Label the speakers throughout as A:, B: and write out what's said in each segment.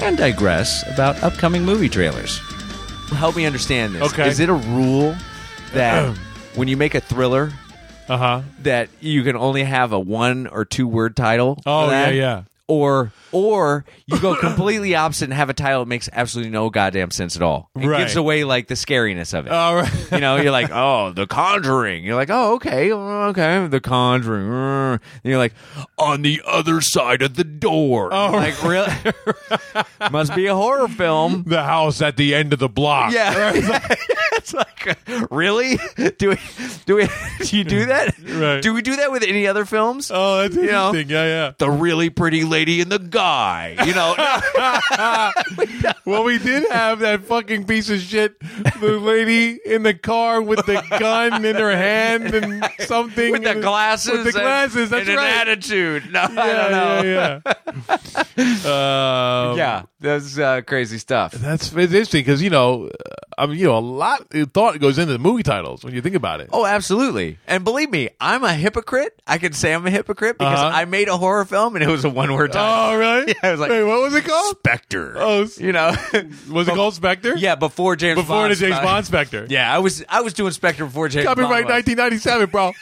A: and digress about upcoming movie trailers. Help me understand this.
B: Okay.
A: Is it a rule that when you make a thriller
B: Uh huh.
A: that you can only have a one or two word title? for
B: Oh,
A: that?
B: yeah, yeah.
A: Or or you go completely opposite and have a title that makes absolutely no goddamn sense at all. It
B: Right.
A: gives away like the scariness of it.
B: All right.
A: you know, you're like, oh, The Conjuring. You're like, oh, okay, oh, okay, The Conjuring. uh. And you're like, on the other side of the door. Oh, like really? Must be a horror film.
B: The house at the end of the block.
A: Yeah, it's like really. Do we do we do you do that?
B: Right.
A: Do we do that with any other films?
B: Oh, that's
A: You know?
B: interesting. Yeah,
A: the really pretty lady and the guy. You know,
B: yeah. Well, we did have that fucking piece of shit, the lady in the car with the gun in her hand and something
A: with the
B: and-
A: glasses,
B: with the
A: and-
B: glasses. That's
A: and
B: right.
A: an attitude. No,
B: Yeah,
A: I don't know.
B: yeah, yeah. Um,
A: yeah, that's uh, crazy stuff.
B: That's it's interesting because you know, uh, I mean, you know, a lot of thought goes into the movie titles when you think about it.
A: Oh, absolutely. And believe me, I'm a hypocrite. I can say I'm a hypocrite because
B: Uh-huh.
A: I made a horror film and it was a one word title.
B: Oh, really?
A: Yeah, I was like,
B: Wait, what was it called?
A: Spectre.
B: Oh, s-
A: you know.
B: Was it called Spectre?
A: oh, yeah, before James
B: Before
A: Bond
B: the James
A: Spec-
B: Bond Spectre.
A: Yeah, I was I was doing Spectre before James
B: Copyright
A: Bond. was.
B: 1997, bro.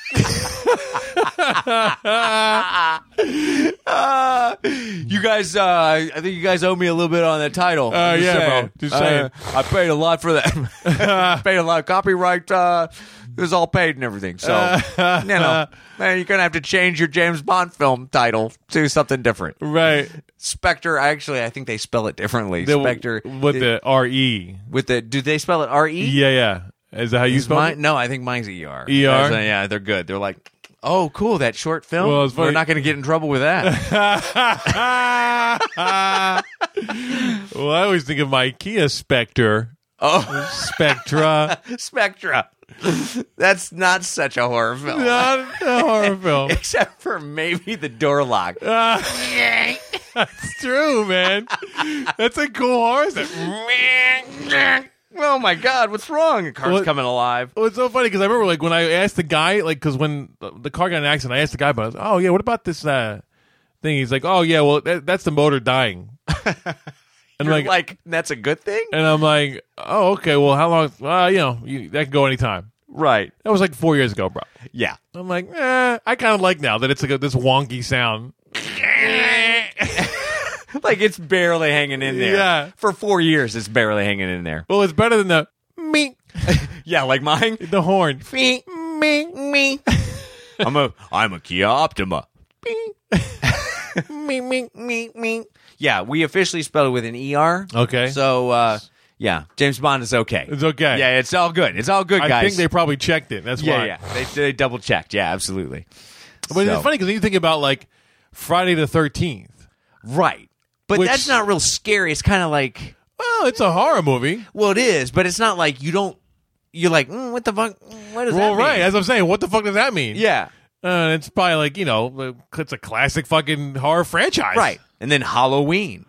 A: Uh, you guys, uh, I think you guys owe me a little bit on that title.
B: Uh,
A: I'm
B: yeah,
A: saying. Uh,
B: bro. Just saying.
A: I paid a lot for that. paid a lot of copyright. Uh, it was all paid and everything. So, you know, man, you're going to have to change your James Bond film title to something different.
B: right.
A: Spectre. Actually, I think they spell it differently.
B: The-
A: Spectre
B: with the R E.
A: with the. Do they spell it R E?
B: Yeah, yeah. Is that how you
A: Is
B: spell
A: mine-
B: it?
A: no, I think mine's E R.
B: ER?
A: Yeah, they're good. They're like, oh, cool, that short film.
B: Well, it's
A: We're
B: funny-
A: not going to get in trouble with that.
B: Well, I always think of my Kia Spectre.
A: oh,
B: Spectra.
A: Spectra. That's not such a horror film.
B: Not a horror film.
A: Except for maybe the door lock.
B: Uh, that's true, man. That's a cool horror. set.
A: oh my God, what's wrong? The car's
B: What-
A: coming alive.
B: Well, it's so funny because I remember like when I asked the guy, like, because when the- the car got in an accident, I asked the guy about, oh yeah, what about this uh, thing? He's like, oh yeah, well that, that's the motor dying. and
A: You're
B: like,
A: Like, that's a good thing?
B: and I'm like, oh okay, well how long? Uh, you know, you, that can go anytime.
A: Right.
B: That was like four years ago, bro.
A: Yeah.
B: I'm like, eh, I kind of like now that it's like a, this wonky sound.
A: Like it's barely hanging in there.
B: Yeah.
A: For four years, it's barely hanging in there.
B: Well, it's better than the me,
A: Yeah, like mine.
B: the horn.
A: me, me, me. I'm a I'm a Kia Optima. me, me, me, me. Yeah, we officially spell it with an ER.
B: Okay.
A: So uh yeah, James Bond is okay.
B: It's okay.
A: Yeah, it's all good. It's all good,
B: I
A: guys.
B: think they probably checked it. That's
A: yeah,
B: why.
A: yeah. They, they double checked. Yeah, absolutely.
B: But
A: So-
B: it's funny because you think about like Friday the Thirteenth.
A: Right. But
B: Which-
A: that's not real scary. It's kind of like
B: Well, it's a horror movie.
A: well, it is, but it's not like you don't. You're like, mm, what the fuck? What does that
B: Well,
A: mean?
B: right. As I'm saying, what the fuck does that mean?
A: yeah.
B: Uh, it's probably like you know, it's a classic fucking horror franchise.
A: Right. And then Halloween.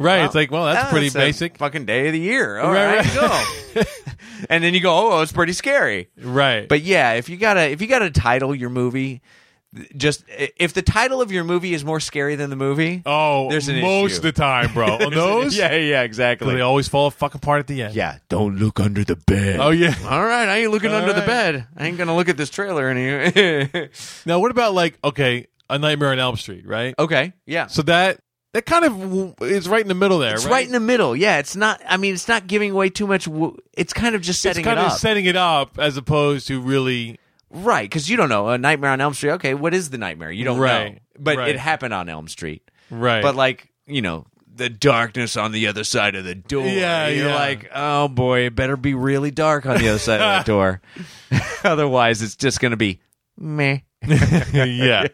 B: Right. it's like, well, that's
A: Oh,
B: pretty
A: it's a
B: basic.
A: fucking day of the year. All
B: Right,
A: right, go. and then you go, oh, it's pretty scary.
B: right.
A: But yeah, if you gotta if you gotta title your movie, th- just if the title of your movie is more scary than the movie,
B: oh,
A: there's an
B: most
A: issue.
B: of the time, bro. On those,
A: yeah,
B: 'cause
A: yeah,
B: they
A: exactly.
B: always fall fucking apart at the end.
A: Yeah, don't look under the bed.
B: Oh yeah.
A: All right, I ain't looking
B: All
A: under the
B: right.
A: bed. I ain't gonna look at this trailer any.
B: Now, what about like okay, A Nightmare on Elm Street, right?
A: okay, yeah.
B: So that that kind of w- is right in the middle there.
A: It's
B: right,
A: right in the middle. Yeah, it's not. I mean, it's not giving away too much. W- it's kind of just setting
B: it's kind
A: it
B: of
A: up,
B: setting it up as opposed to really
A: right? Because you don't know a Nightmare on Elm Street. Okay, what is the nightmare? You don't know,
B: Right,
A: but
B: right.
A: it happened on Elm Street.
B: right.
A: But like you know, the darkness on the other side of the door.
B: Yeah,
A: you're
B: yeah.
A: like, oh boy, it better be really dark on the other side of that door. Otherwise, it's just gonna be meh.
B: yeah.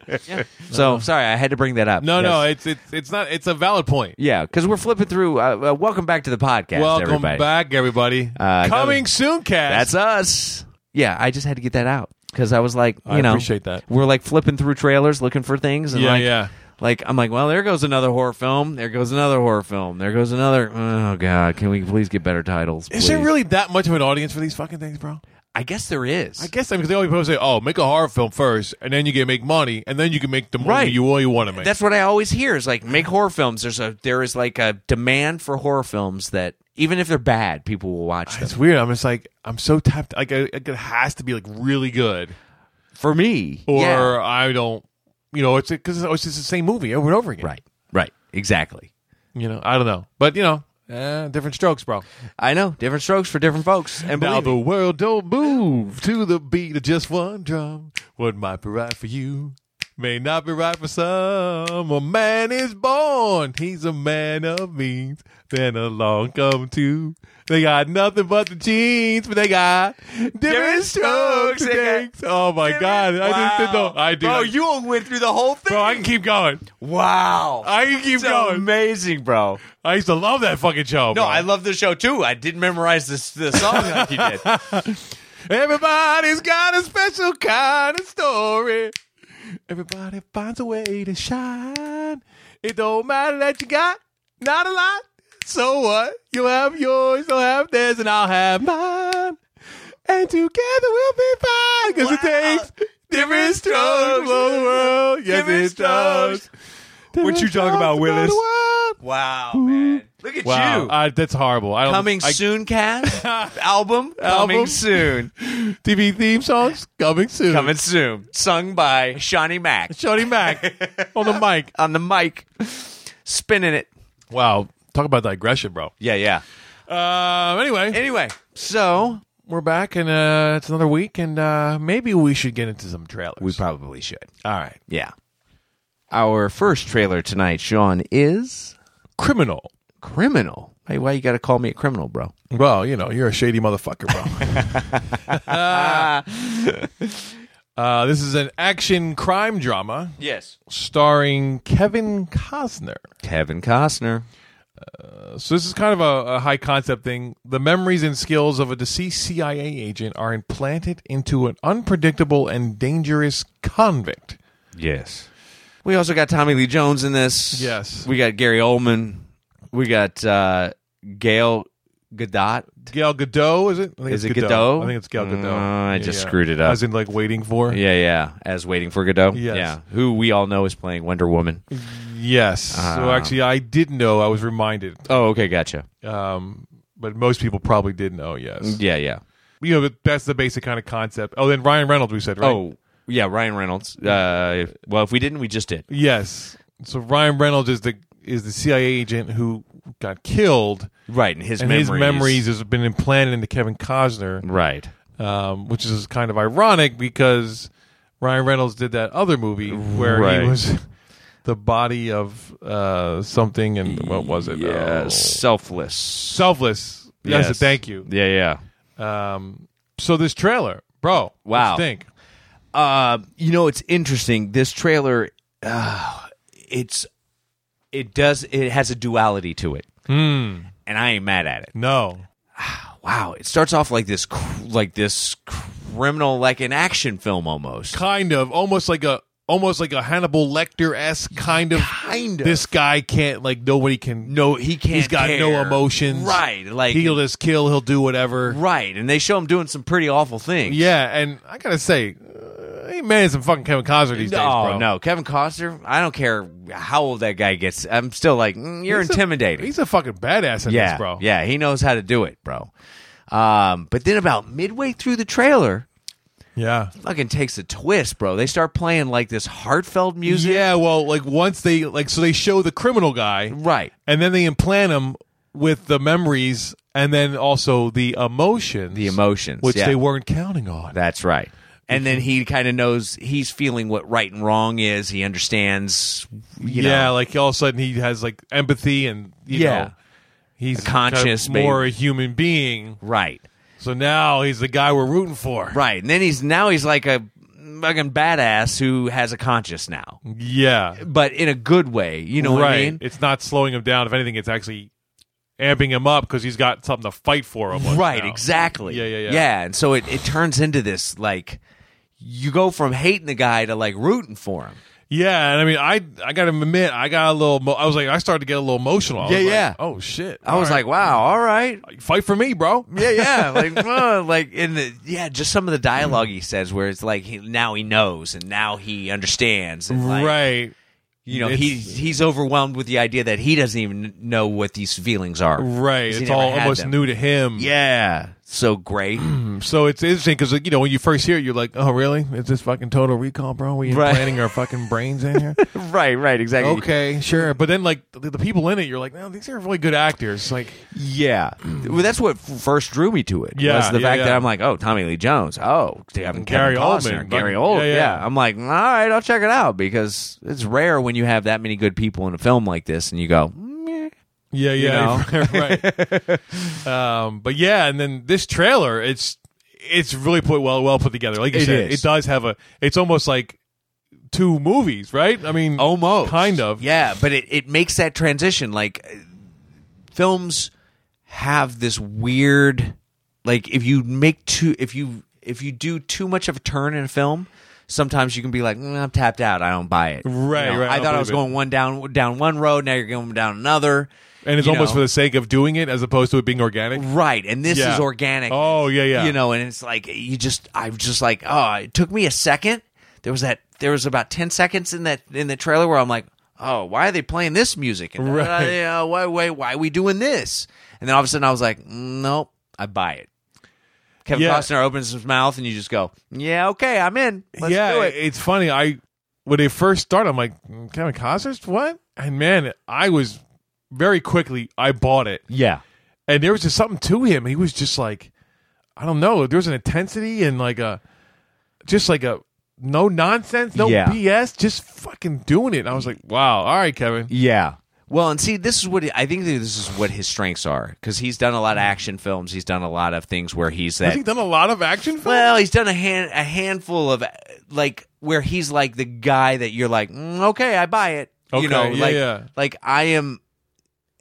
A: So sorry, I had to bring that up.
B: Uh-huh. No, no,
A: Yes.
B: it's it's it's not. It's a valid point.
A: yeah, because we're flipping through. Uh, uh, welcome back to the podcast.
B: Welcome
A: everybody. Uh,
B: back, everybody.
A: that
B: Coming
A: was-
B: soon, cast.
A: That's us. Yeah, I just had to get that out because I was like, you
B: I
A: know,
B: appreciate that.
A: We're like flipping through trailers looking for things, and
B: Yeah,
A: like,
B: yeah.
A: like I'm like, well, there goes another horror film. There goes another horror film. There goes another. Oh God, can we please get better titles?
B: Is there
A: please?
B: really that much of an audience for these fucking things, bro?
A: I guess there is.
B: I guess I mean, 'cause they always people say, "Oh, make a horror film first, and then you can make money, and then you can make the movie
A: Right.
B: you you want to make."
A: That's what I always hear is like make horror films. There's a there is like a demand for horror films that even if they're bad, people will watch them.
B: it's weird. I'm just like I'm so tapped. Like I- like, it has to be like really good,
A: For me,
B: or
A: yeah.
B: I don't. You know, it's because it's just the same movie over and over again.
A: right, right, exactly.
B: You know, I don't know, but you know, eh, different strokes, bro.
A: I know different strokes for different folks. And
B: Now
A: believe me-
B: the world don't move to the beat of just one drum. What might be right for you may not be right for some. A man is born, he's a man of means. Then along come two. They got nothing but the jeans, but they got different, strokes.
A: strokes, they
B: and things. Oh my god! I just did
A: Wow.
B: the I did.
A: Bro, you went through the whole thing.
B: Bro, I can keep going.
A: wow.
B: I can keep
A: It's
B: going.
A: amazing, bro.
B: I used to love that fucking show.
A: No,
B: bro.
A: I love the show too. I didn't memorize this the song like you did.
B: Everybody's got a special kind of story. Everybody finds a way to shine. It don't matter that you got not a lot. So what? You'll have yours, you'll have theirs, and I'll have mine. And together we'll be fine. Cause it
A: Wow.
B: takes different strokes for the world. Yes,
A: Different
B: it does.
A: strokes. What you talking about, Willis?
B: Wow,
A: Wow, man. Look at you.
B: that's horrible. Um, I don't,
A: coming soon, cast album coming
B: Album.
A: soon,
B: TV theme songs coming soon.
A: coming soon, sung by Shawnee Mac
B: Shorty Mac on the mic.
A: on the mic, spinning it.
B: Wow. Talk about digression, bro.
A: Yeah, yeah.
B: Um, anyway,
A: Anyway, so
B: we're back, and uh, it's another week, and uh, maybe we should get into some trailers.
A: we probably should.
B: All right.
A: Yeah. Our first trailer tonight, Sean, is
B: Criminal.
A: criminal. Hey, why you got to call me a criminal, bro?
B: Well, you know, you're a shady motherfucker, bro. uh, this is an action crime drama
A: Yes,
B: starring Kevin Costner.
A: Kevin Costner.
B: So this is kind of a, a high concept thing. The memories and skills of a deceased CIA agent are implanted into an unpredictable and dangerous convict.
A: Yes. We also got Tommy Lee Jones in this.
B: Yes.
A: We got Gary Oldman. We got uh, Gail Godot.
B: Gal Gadot, is it? I think
A: Is
B: it's
A: it Gadot?
B: I think it's Gal Gadot.
A: No, I just screwed it up.
B: I was in like waiting for.
A: Yeah, yeah. As waiting for Godot.
B: Yes.
A: Yeah. Who we all know is playing Wonder Woman.
B: Yes.
A: Uh-huh.
B: so actually, I did know. I was reminded,
A: Oh, okay, gotcha.
B: um, but most people probably did know. Yes.
A: Yeah, yeah.
B: You know, but that's the basic kind of concept. Oh, then Ryan Reynolds, we said, right?
A: Oh, yeah. Ryan Reynolds. Uh, well, if we didn't, we just did.
B: yes. So Ryan Reynolds is the is the CIA agent who got killed,
A: Right, and his
B: and
A: memories.
B: his memories has been implanted into Kevin Costner.
A: Right.
B: um, which is kind of ironic because Ryan Reynolds did that other movie where
A: Right.
B: he was the body of uh, something, and what was it?
A: Yeah.
B: Oh.
A: Selfless.
B: Selfless. Yes, thank you.
A: Yeah, yeah.
B: Um, so this trailer, bro. What
A: Wow.
B: you think?
A: Uh, you know, it's interesting. This trailer, uh, it's it does it has a duality to it,
B: Hmm.
A: and I ain't mad at it.
B: No.
A: Wow, it starts off like this, cr- like this criminal, like an action film almost.
B: Kind of, almost like a, almost like a Hannibal Lecter esque kind of.
A: Kind of.
B: This guy can't like nobody can.
A: No, he can't.
B: He's got no
A: care.
B: emotions.
A: Right, like
B: he'll just kill. He'll do whatever.
A: right, and they show him doing some pretty awful things.
B: Yeah, and I gotta say, uh, he man is some fucking Kevin Costner these days,
A: oh
B: bro.
A: no, Kevin Costner. I don't care how old that guy gets. I'm still like, mm, you're
B: He's a-
A: intimidating.
B: he's a fucking badass in
A: yeah,
B: this, bro.
A: Yeah, he knows how to do it, bro. Um, but then about midway through the trailer,
B: yeah,
A: fucking takes a twist, bro. They start playing like this heartfelt music.
B: yeah. Well, like once they like, so they show the criminal guy,
A: Right.
B: and then they implant him with the memories, and then also the emotions,
A: The emotions.
B: which
A: yeah.
B: they weren't counting on.
A: That's right. And then he kind of knows he's feeling what right and wrong is. He understands, you
B: yeah,
A: know,
B: like all of a sudden he has like empathy, and you
A: Yeah.
B: know, he's
A: A conscious,
B: kind of more a human being.
A: right,
B: So now he's the guy we're rooting for.
A: right. And then he's now he's like a fucking badass who has a conscience now,
B: Yeah.
A: but in a good way. You know what I
B: right.
A: mean?
B: It's not slowing him down. If anything, it's actually amping him up because he's got something to fight for. Almost
A: right
B: now.
A: exactly
B: Yeah, yeah, yeah.
A: yeah and so it, it turns into this like you go from hating the guy to like rooting for him
B: Yeah, and I mean, I I gotta admit, I got a little. Mo- I was like, I started to get a little emotional. I was
A: Yeah,
B: like,
A: yeah.
B: Oh shit!
A: i was like wow all right
B: like, fight for me, bro.
A: yeah yeah like uh, like in the yeah just some of the dialogue he says where it's like he, now he knows and now he understands and like,
B: right,
A: you know
B: It's-
A: he he's overwhelmed with the idea that he doesn't even know what these feelings are
B: right.
A: 'Cause he
B: It's
A: never
B: all
A: had
B: almost
A: them.
B: new to him.
A: yeah so great
B: So it's interesting because like, you know when you first hear it, you're like, oh really? Is this fucking Total Recall, bro? We
A: Right.
B: implanting our fucking brains in here?
A: right right exactly
B: okay, sure. But then like the, the people in it, you're like, no, these are really good actors. Like,
A: Yeah, well, that's what f- first drew me to it.
B: Yeah,
A: was the
B: yeah,
A: fact that
B: yeah.
A: I'm like, oh, Tommy Lee Jones. Oh, Kevin
B: Gary
A: Kevin Costner,
B: Oldman,
A: Gary
B: but-
A: Old.
B: yeah,
A: Yeah,
B: yeah.
A: I'm like, all right, I'll check it out because it's rare when you have that many good people in a film like this, and you go, "Hmm, meh.
B: yeah, yeah, right. um, but yeah, and then this trailer, it's it's really put well well put together. Like you
A: It
B: said,
A: is.
B: it does have a. It's almost like two movies, right? I mean,
A: almost
B: kind of.
A: yeah, but it it makes that transition like uh, films have this weird like if you make too if you if you do too much of a turn in a film sometimes you can be like "Mm, i'm tapped out i don't buy it You
B: Right,
A: know,
B: right, I
A: i
B: don't
A: thought i was
B: believe it.
A: going one down down one road now you're going down another
B: and it's
A: you
B: almost
A: know.
B: for the sake of doing it as opposed to it being organic.
A: right and this
B: Yeah.
A: is organic
B: Oh, yeah, yeah.
A: you know and it's like you just i was just like oh it took me a second there was that there was about 10 seconds in that in the trailer where i'm like oh why are they playing this music and
B: Right.
A: uh, yeah, why why why are we doing this and then all of a sudden i was like nope i buy it kevin
B: Yeah.
A: costner opens his mouth and you just go yeah okay i'm in let's
B: yeah,
A: do it
B: it's funny. I when they first started, I'm like "Mm, Kevin Costner's what? And man, I was very quickly I bought it,
A: yeah
B: and there was just something to him. He was just like, I don't know. There was an intensity and like a just like a no nonsense, no
A: Yeah.
B: BS, just fucking doing it. And I was like, wow, all right, Kevin.
A: Yeah. Well, and see, this is what I think. that This is what his strengths are because he's done a lot of action films. He's done a lot of things where he's
B: Has
A: that.
B: he done a lot of action films?
A: well, he's done a hand a handful of uh, like where he's like the guy that you're like, "Mm, okay, I buy it.
B: Okay,
A: you know,
B: yeah,
A: like
B: yeah.
A: like I am,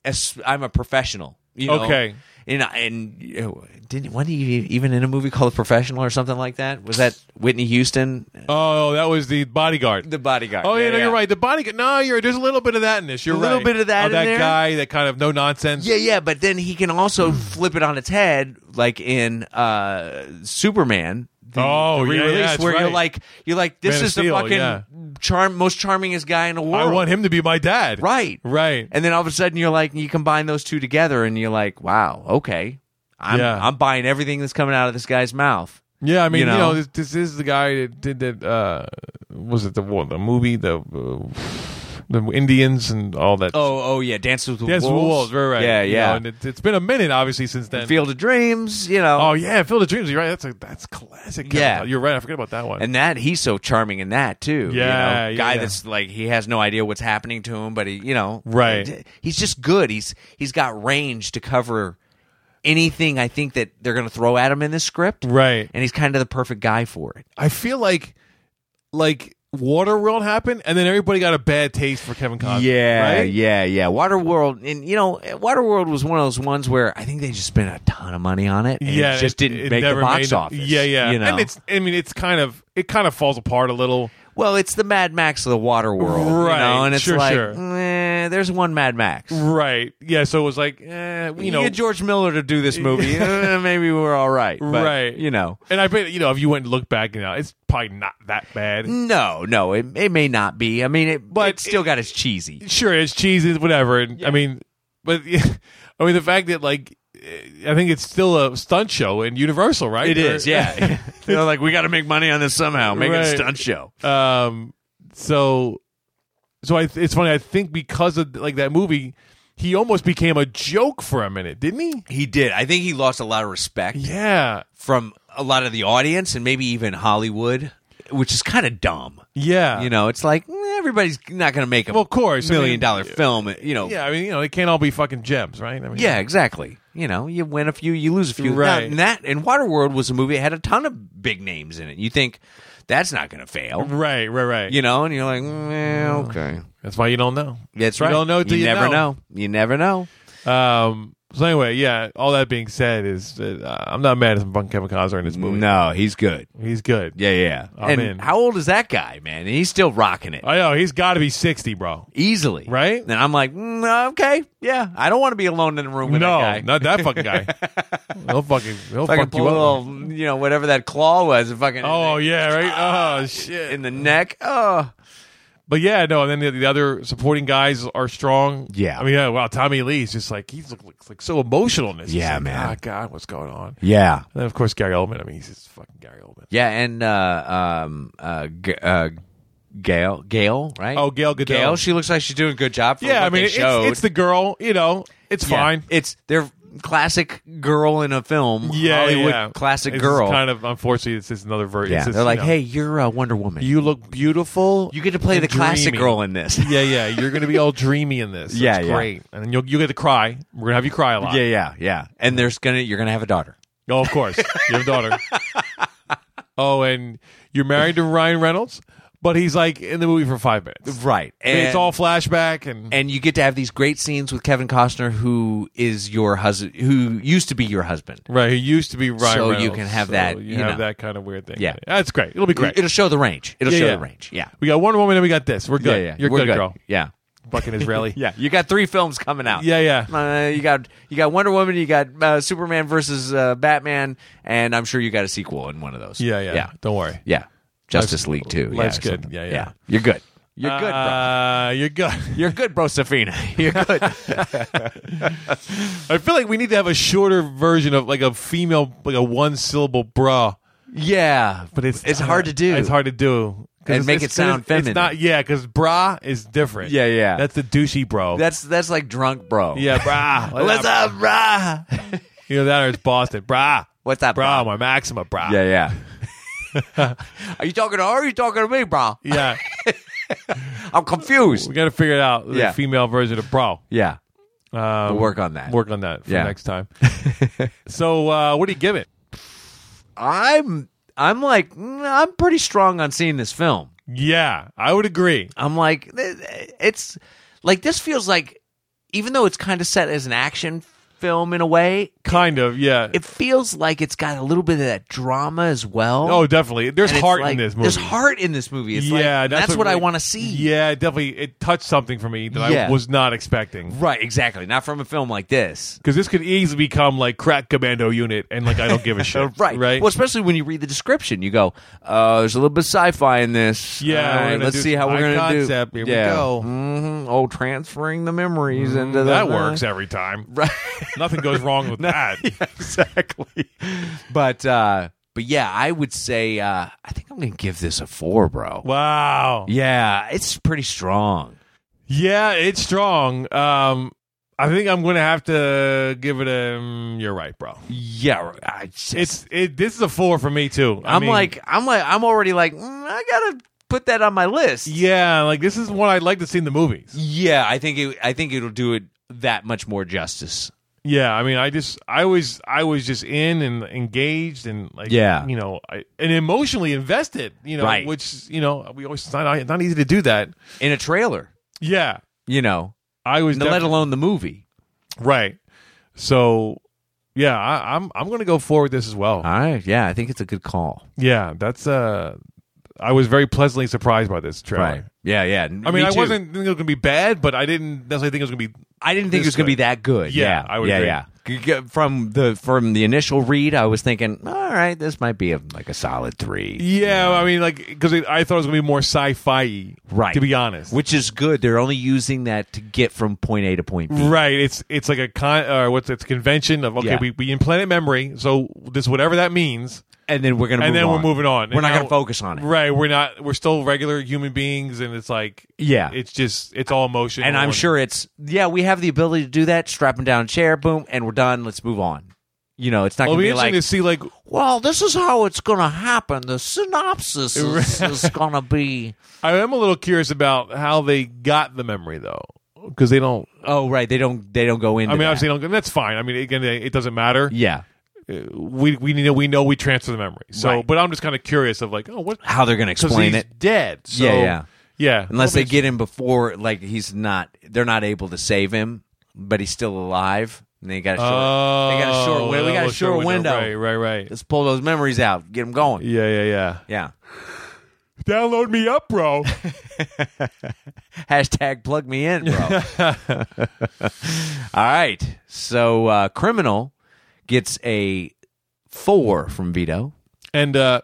A: a s- I'm a professional. You know?
B: Okay.
A: And I- and you know, didn't wasn't he e, even in a movie called The Professional or something like that? Was that Whitney Houston,
B: Oh, that was the bodyguard.
A: the bodyguard?
B: Oh yeah, no, you're right. The bodyguard. No, you're there's a little bit of that in this. You're
A: A little
B: right.
A: bit of that
B: Oh,
A: in
B: that
A: there.
B: guy, that kind of no nonsense.
A: Yeah, yeah, but then he can also
B: Hmm.
A: flip it on its head, like in uh, Superman. The
B: Oh, yeah, yeah,
A: re-release,
B: that's
A: where you're
B: right.
A: like, you're like, this
B: Man of
A: is
B: Steel,
A: the fucking
B: yeah.
A: charm, most charmingest guy in the world.
B: I want him to be my dad.
A: Right,
B: Right.
A: And then all of a sudden, you're like, you combine those two together, and you're like, wow, okay, I'm,
B: Yeah.
A: I'm buying everything that's coming out of this guy's mouth.
B: Yeah, I mean, you know,
A: You know?
B: this, this is the guy that did that. Uh, was it the what, the movie the uh, the Indians and all that?
A: Oh, oh yeah, Dances with
B: yes, Wolves,
A: Wolves.
B: right, right.
A: Yeah,
B: You
A: yeah.
B: know, and it, it's been a minute, obviously, since then.
A: Field of Dreams, you know.
B: oh yeah, Field of Dreams. You're right. That's a that's classic. Kevin
A: Yeah.
B: Costner. you're right. I forget about that one.
A: And that he's so charming in that too. you
B: Yeah,
A: know?
B: yeah,
A: guy
B: yeah.
A: that's like he has no idea what's happening to him, but he, you know, uh,
B: Right.
A: He's just good. He's he's got range to cover anything. I think that they're going to throw at him in this script,
B: right.
A: And he's kind of the perfect guy for it.
B: I feel like like Waterworld happened, and then everybody got a bad taste for Kevin Costner. Uh, right?
A: yeah, yeah. Waterworld, and you know, Waterworld was one of those ones where I think they just spent a ton of money on it. And
B: yeah,
A: it just didn't
B: it
A: make the
B: never
A: box
B: made
A: office.
B: Yeah, yeah,
A: You know?
B: and it's. I mean, it's kind of it kind of falls apart a little.
A: well, it's the Mad Max of the water world,
B: Right,
A: You know? And it's
B: sure,
A: like,
B: sure.
A: eh, there's one Mad Max,
B: Right. Yeah. So it was like, eh, you know,
A: get George Miller to do this movie, uh, maybe we're all right. But,
B: Right.
A: You know.
B: and I bet you know if you went and looked back, you know, it's probably not that bad.
A: Mm. No, no, it, it may not be. I mean, it,
B: But
A: but still got its cheesy.
B: Sure, it's cheesy, whatever. And I mean, but I mean the fact that like, eh, I think it's still a stunt show in Universal, right?
A: It
B: Or-
A: is, yeah. They're like, we got to make money on this somehow. Make
B: Right.
A: it a stunt show.
B: um. So, so I. It's funny. I think because of like that movie, he almost became a joke for a minute, didn't he?
A: He did. I think he lost a lot of respect
B: Yeah.
A: from a lot of the audience and maybe even Hollywood, which is kind of dumb.
B: Yeah.
A: You know, it's like eh, everybody's not going to make a
B: Well, of course. I mean-
A: million dollar film. You know,
B: Yeah. I mean, you know, they can't all be fucking gems, right? I mean,
A: Yeah, exactly. You know, you win a few, you lose a few.
B: Right.
A: Now, and that and Waterworld was a movie that had a ton of big names in it. You think That's not going to fail.
B: Right, right, right.
A: You know, and you're like, mm, yeah, okay.
B: That's why you don't know.
A: That's
B: You
A: right.
B: don't know till you
A: never
B: know.
A: know. You never know.
B: Um, so anyway, yeah. All that being said, is uh, I'm not mad at some fucking Kevin Costner in this movie.
A: No, he's good.
B: he's good.
A: Yeah, yeah.
B: I'm
A: and
B: in.
A: how old is that guy, man? He's still rocking it
B: I know Oh, he's got to be sixty, bro.
A: easily,
B: Right?
A: And I'm like, mm, okay, yeah. I don't want to be alone in the room with
B: no,
A: that guy.
B: not that fucking guy. he'll fucking he'll
A: fucking
B: fuck you
A: pull a
B: up.
A: little, you know, whatever that claw was, and fucking
B: Oh yeah, right. Oh shit.
A: Ah, in the neck. Oh,
B: But yeah, no. And then the, the other supporting guys are strong.
A: Yeah.
B: I mean, yeah. Wow, Tommy Lee's just like he's look, looks like so emotional in this. He's
A: Yeah,
B: like,
A: man.
B: Ah, God, what's going on?
A: yeah.
B: And then of course Gary Oldman. I mean, he's just fucking Gary Oldman.
A: Yeah, and uh, um, uh, G- uh, Gail, Gail, right?
B: Oh, Gail Gadot.
A: Gail. She looks like she's doing a good job. For
B: Yeah,
A: what
B: I mean,
A: they
B: it's,
A: showed.
B: it's the girl. You know, it's
A: Yeah,
B: fine.
A: It's their classic girl in a film.
B: yeah,
A: Hollywood
B: yeah.
A: classic
B: It's
A: girl.
B: Kind of unfortunately, it's just another version.
A: yeah, they're like, hey, you're a Wonder Woman.
B: you look beautiful.
A: You get to play
B: and
A: the classic
B: dreamy."
A: girl in this.
B: yeah, yeah. You're gonna be all dreamy in this.
A: Yeah,
B: It's
A: yeah.
B: great. And then you'll you will get to cry. We're gonna have you cry a lot.
A: yeah, yeah, yeah. And there's gonna you're gonna have a daughter.
B: Oh, of course, your daughter. Oh, and you're married to Ryan Reynolds, but he's like in the movie for five minutes.
A: Right. And
B: it's all flashback and
A: and you get to have these great scenes with Kevin Costner, who is your husband, who used to be your husband.
B: right. He used to be Ryan.
A: So you
B: Reynolds,
A: can have
B: so
A: that,
B: You,
A: you
B: have
A: know.
B: that kind of weird thing.
A: Yeah.
B: that's great. It'll be great.
A: It'll show the range. It'll
B: Yeah,
A: show
B: yeah.
A: the range. Yeah.
B: we got Wonder Woman, and we got this. We're good.
A: Yeah, yeah.
B: You're
A: We're
B: good, girl.
A: Yeah.
B: Fucking Israeli.
A: Yeah, you got three films coming out.
B: Yeah, yeah.
A: Uh, you got you got Wonder Woman, you got uh, Superman versus uh, Batman, and I'm sure you got a sequel in one of those.
B: Yeah, yeah.
A: yeah,
B: Don't worry.
A: yeah. Justice League too.
B: life's
A: yeah, or
B: good.
A: something.
B: Yeah, yeah.
A: You're good. You're good, bro.
B: Uh, you're good.
A: You're good, bro. Safina. You're good.
B: I feel like we need to have a shorter version of like a female, like a one syllable bra.
A: yeah,
B: But it's
A: it's hard to do.
B: It's hard to do 'Cause
A: And
B: it's-
A: make
B: it's-
A: it sound
B: it's-
A: feminine.
B: It's not, yeah, because bra is different.
A: Yeah, yeah.
B: That's the douchey bro.
A: That's that's like drunk, bro.
B: yeah, bra.
A: What's up, brah?
B: You know that or it's Boston, bra.
A: What's up,
B: bra?
A: bro?
B: My Maxima, bra.
A: Yeah, yeah. are you talking to her? Or are you talking to me, bro?
B: yeah.
A: I'm confused.
B: We got to figure it out. The
A: Yeah.
B: female version of bra.
A: Yeah,
B: Um,
A: we'll work on that.
B: Work on that for
A: Yeah.
B: next time. so, uh, what do you give it?
A: I'm I'm like mm, I'm pretty strong on seeing this film.
B: Yeah, I would agree.
A: I'm like th- it's like this feels like even though it's kind of set as an action film in a way,
B: Kind of, yeah.
A: it feels like it's got a little bit of that drama as well.
B: oh, definitely. There's
A: And it's
B: heart
A: like-
B: in this movie.
A: There's heart in this movie. It's like,
B: yeah,
A: that's, what, I
B: really-
A: want to see.
B: Yeah, it definitely. It touched something for me that
A: Yeah.
B: I was not expecting.
A: Right, exactly. Not from a film like this.
B: Because this could easily become like crack commando unit, and like I don't give a shit.
A: Right.
B: right.
A: Well, especially when you read the description, you go, "Uh, there's a little bit of sci-fi in this.
B: Yeah,
A: All
B: we're
A: right,
B: gonna
A: let's
B: do
A: see how
B: some
A: we're
B: high
A: gonna
B: concept.
A: do.
B: Here we
A: yeah.
B: go. Mm-hmm.
A: hmm Oh, transferring the memories into the,
B: that works every time.
A: Right.
B: Nothing goes wrong with that.
A: exactly. But uh, but yeah, I would say uh, I think I'm gonna give this a four, bro.
B: Wow.
A: Yeah, it's pretty strong.
B: Yeah, it's strong. Um, I think I'm gonna have to give it a. mm, you're right, bro.
A: Yeah, I just,
B: It's it. This is a four for me too. I
A: I'm
B: mean,
A: like I'm like I'm already like mm, I gotta put that on my list.
B: yeah, like this is what I'd like to see in the movies.
A: Yeah, I think it, I think it'll do it that much more justice.
B: Yeah, I mean, I just, I was, I was just in and engaged and like,
A: Yeah.
B: you know, I, and emotionally invested, you know,
A: Right.
B: which you know, we always it's not it's not easy to do that.
A: in a trailer,
B: Yeah,
A: you know,
B: I was
A: let
B: defi-
A: alone the movie.
B: right. So, yeah, I, I'm I'm gonna go forward this as well.
A: All right, yeah, I think it's a good call.
B: yeah, that's uh, I was very pleasantly surprised by this trailer.
A: Yeah, yeah.
B: I mean,
A: me
B: I
A: too.
B: wasn't thinking it was gonna be bad, but I didn't necessarily think it was gonna be.
A: I didn't think it
B: this
A: was going to be
B: good.
A: that good.
B: Yeah,
A: Yeah,
B: I would
A: yeah,
B: agree.
A: yeah. G- g- From the from the initial read, I was thinking, all right, this might be a, like a solid three.
B: Yeah, I mean, like because I thought it was gonna be more sci-fi,
A: Right.
B: To be honest,
A: Which is good. They're only using that to get from point A to point B.
B: Right. It's it's like a con uh, what's it's convention of okay,
A: Yeah.
B: we, we implant memory, so this whatever that means,
A: And then we're going to
B: and then we're moving on.
A: We're
B: And
A: not
B: now-
A: going to focus on it.
B: Right. We're not we're still regular human beings and it's like
A: Yeah.
B: It's just it's all emotion.
A: And I'm sure it's yeah, we have the ability to do that. Strap him down a chair, boom, and we're done. Let's move on. You know, it's not
B: it'll
A: going
B: be
A: to be
B: interesting
A: like
B: to see like
A: well, this is how it's going to happen. The synopsis is, is going to be.
B: I am a little curious about how they got the memory though. Because they don't
A: Oh, right. They don't. They don't go
B: I
A: into.
B: mean
A: that.
B: obviously they don't that's fine. I mean again they- it doesn't matter.
A: Yeah.
B: uh, we we know we know we transfer the memory. So,
A: Right.
B: but I'm just kind of curious of like, oh, what?
A: How they're gonna
B: 'cause
A: explain
B: he's
A: it.
B: Dead. So,
A: Yeah, yeah.
B: yeah.
A: Unless
B: Well,
A: they get him before, like he's not, they're not able to save him, but he's still alive, and they got a short, they got a short,
B: Oh,
A: wi-
B: that
A: we got a
B: little
A: short, window.
B: Right, right, right.
A: Let's pull those memories out, get them going.
B: Yeah, yeah, yeah.
A: Yeah.
B: Download me up, bro.
A: Hashtag plug me in, bro. All right. So, uh, criminal gets a four from Vito.
B: and uh,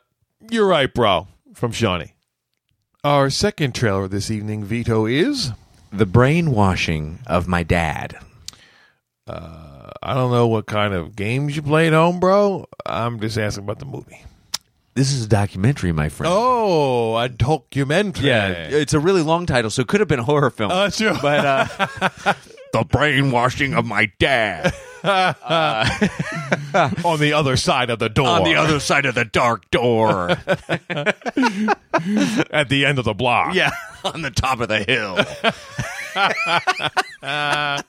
B: you're right, bro. From Shawnee. Our second trailer this evening, Vito, is
A: The brainwashing of my dad.
B: I don't know what kind of games you play at home, bro. I'm just asking about the movie.
A: This is a documentary, my friend.
B: Oh, a documentary.
A: Yeah, it's a really long title, so it could have been a horror film.
B: Uh, sure.
A: but uh, the brainwashing of my dad
B: on the other side of the door.
A: on the other side of the dark door.
B: at the end of the block.
A: yeah, on the top of the hill.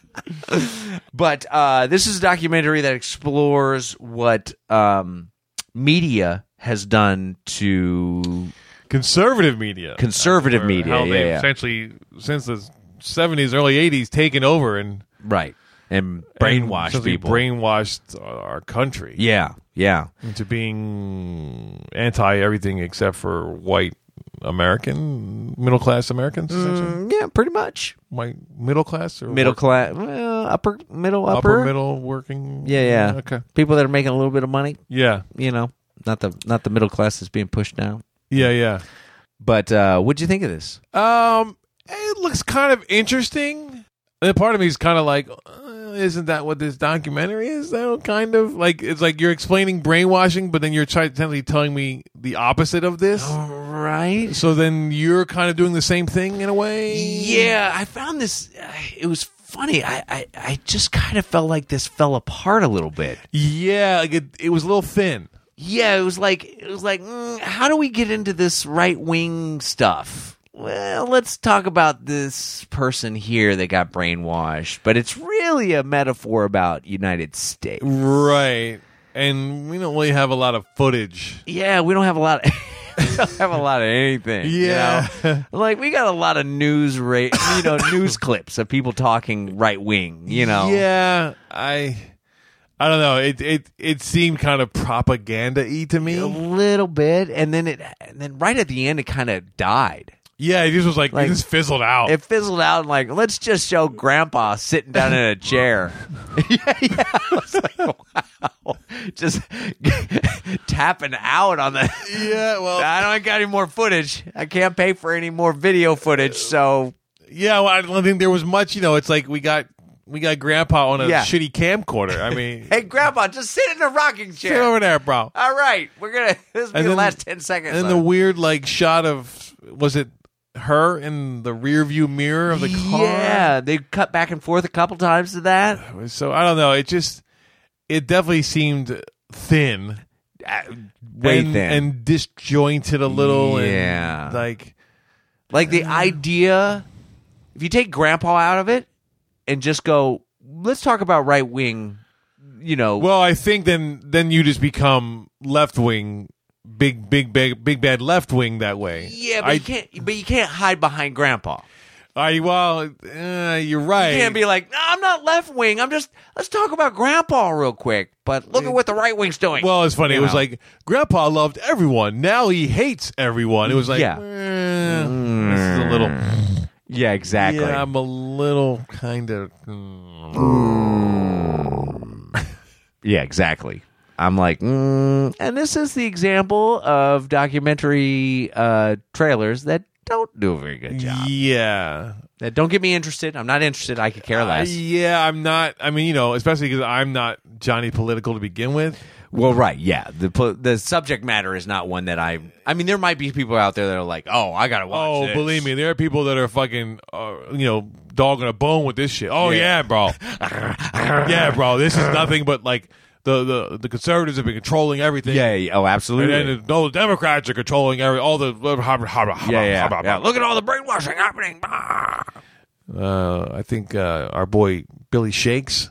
A: but uh, this is a documentary that explores what um, media has done to
B: Conservative media.
A: conservative
B: Or
A: media.
B: How
A: yeah,
B: they've
A: yeah.
B: essentially since the seventies, early eighties, taken over and
A: right,
B: and
A: and brainwash
B: essentially
A: people.
B: brainwashed our- our country
A: yeah, yeah.
B: into being anti everything except for white American middle class Americans, essentially.
A: Yeah, pretty much.
B: White middle class or
A: Mm. middle
B: work-
A: class, well, upper middle, upper,
B: upper middle working.
A: Yeah, yeah.
B: Okay.
A: People that are making a little bit of money,
B: Yeah.
A: you know, not the not the middle class that's being pushed down.
B: Yeah, yeah.
A: But uh, what'd you think of this?
B: Um, it looks kind of interesting. And part of me is kind of like, uh, isn't that what this documentary is? Though, kind of like it's like you're explaining brainwashing, but then you're try- technically telling me the opposite of this.
A: Right.
B: So then you're kind of doing the same thing in a way.
A: Yeah, I found this. Uh, it was funny. I, I I just kind of felt like this fell apart a little bit.
B: Yeah, like it, it was a little thin.
A: Yeah, it was like it was like mm, how do we get into this right wing stuff? Well, let's talk about this person here that got brainwashed, but it's really a metaphor about United States.
B: Right. And we don't really have a lot of footage.
A: yeah, we don't have a lot of we don't have a lot of anything. you
B: Yeah.
A: know? Like we got a lot of news rate you know, news clips of people talking right wing, you know.
B: Yeah, I I don't know. It it it seemed kind of propaganda y to me.
A: A little bit and then it and then right at the end it kind of died.
B: Yeah, it just was like,
A: Like-
B: it just fizzled out.
A: It fizzled out and like let's just show grandpa sitting down in a chair. yeah, yeah. I was like, wow. Just tapping out on the
B: yeah, well,
A: I don't got any more footage. I can't pay for any more video footage, so
B: yeah, well, I don't think there was much. You know, it's like we got we got Grandpa on a
A: Yeah.
B: shitty camcorder. I mean,
A: Hey, Grandpa, just sit in the rocking
B: sit
A: chair.
B: over there, bro.
A: All right, we're gonna. This will be
B: And
A: the
B: then-
A: last ten seconds.
B: And then the weird like shot of was it her in the rear view mirror of the car?
A: Yeah, they cut back and forth a couple times to that.
B: So I don't know. It just it definitely seemed thin,
A: Way
B: and,
A: thin.
B: and disjointed a little. and,
A: Yeah.
B: like
A: like the idea, if you take Grandpa out of it and just go, let's talk about right wing. You know,
B: Well, I think then then you just become left wing, big big big big bad left wing that way.
A: yeah, but
B: I,
A: you can't. But you can't hide behind Grandpa.
B: I well, uh, you're right.
A: You can't be like, no, I'm not left wing. I'm just. Let's talk about Grandpa real quick. But look at what the right wing's doing.
B: well, it's funny.
A: You
B: It was
A: know.
B: like Grandpa loved everyone. Now he hates everyone. It was like,
A: Yeah.
B: eh, this is a little.
A: Hmm. Mm. yeah, exactly.
B: Yeah, I'm a little kind of.
A: Yeah, exactly. I'm like, mm. and this is the example of documentary uh, trailers that don't do a very good job.
B: Yeah.
A: That don't get me interested. I'm not interested. I could care
B: Uh,
A: less.
B: yeah, I'm not. I mean, you know, especially because I'm not Johnny Political to begin with.
A: well, right, yeah. The pl- the subject matter is not one that I. I mean, there might be people out there that are like, oh, I gotta watch.
B: Oh,
A: this.
B: believe me, there are people that are fucking, uh, you know, dogging a bone with this shit. Oh yeah, bro. yeah, bro. This is nothing but like the, the the conservatives have been controlling everything.
A: Yeah, yeah, oh,
B: And
A: absolutely.
B: then the, no, the Democrats are controlling every all the uh,
A: yeah, yeah, yeah. Look at all the brainwashing happening. Ah.
B: Uh, I think uh, our boy Billy Shakes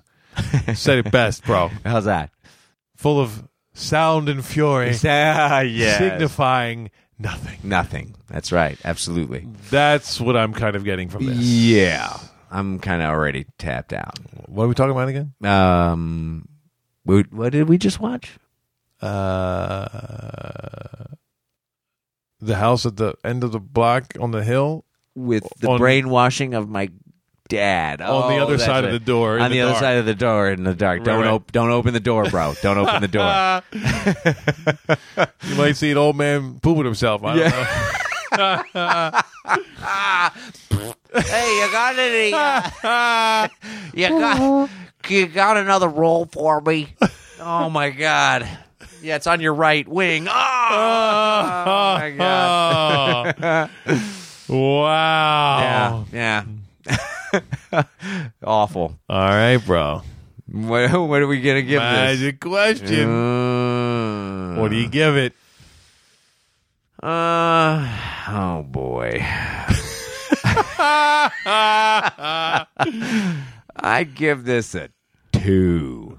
B: said it best, bro.
A: How's that?
B: full of sound and fury,
A: Ah, yes.
B: signifying nothing.
A: Nothing. That's right. Absolutely.
B: That's what I'm kind of getting from this.
A: Yeah. I'm kind of already tapped out.
B: What are we talking about again?
A: Um, we, what did we just watch?
B: Uh, the house at the end of the block on the hill.
A: With the
B: On-
A: brainwashing of my dad
B: On the
A: Oh,
B: other
A: that's
B: side of
A: right.
B: the door, in
A: On the,
B: the
A: other
B: dark.
A: side of the door in the dark.
B: Right,
A: don't
B: right.
A: op- don't open the door, bro. Don't open the door.
B: Ah. you might see an old man pooping himself. I don't know.
A: hey, you got any? uh, you got you got another roll for me? Oh my god! Yeah, it's on your right wing. Oh, oh my god!
B: wow.
A: Yeah, yeah. Awful.
B: All right, bro.
A: What, what are we gonna give
B: Magic
A: this?
B: question.
A: Uh,
B: What do you give it?
A: Uh, oh boy. I give this a two.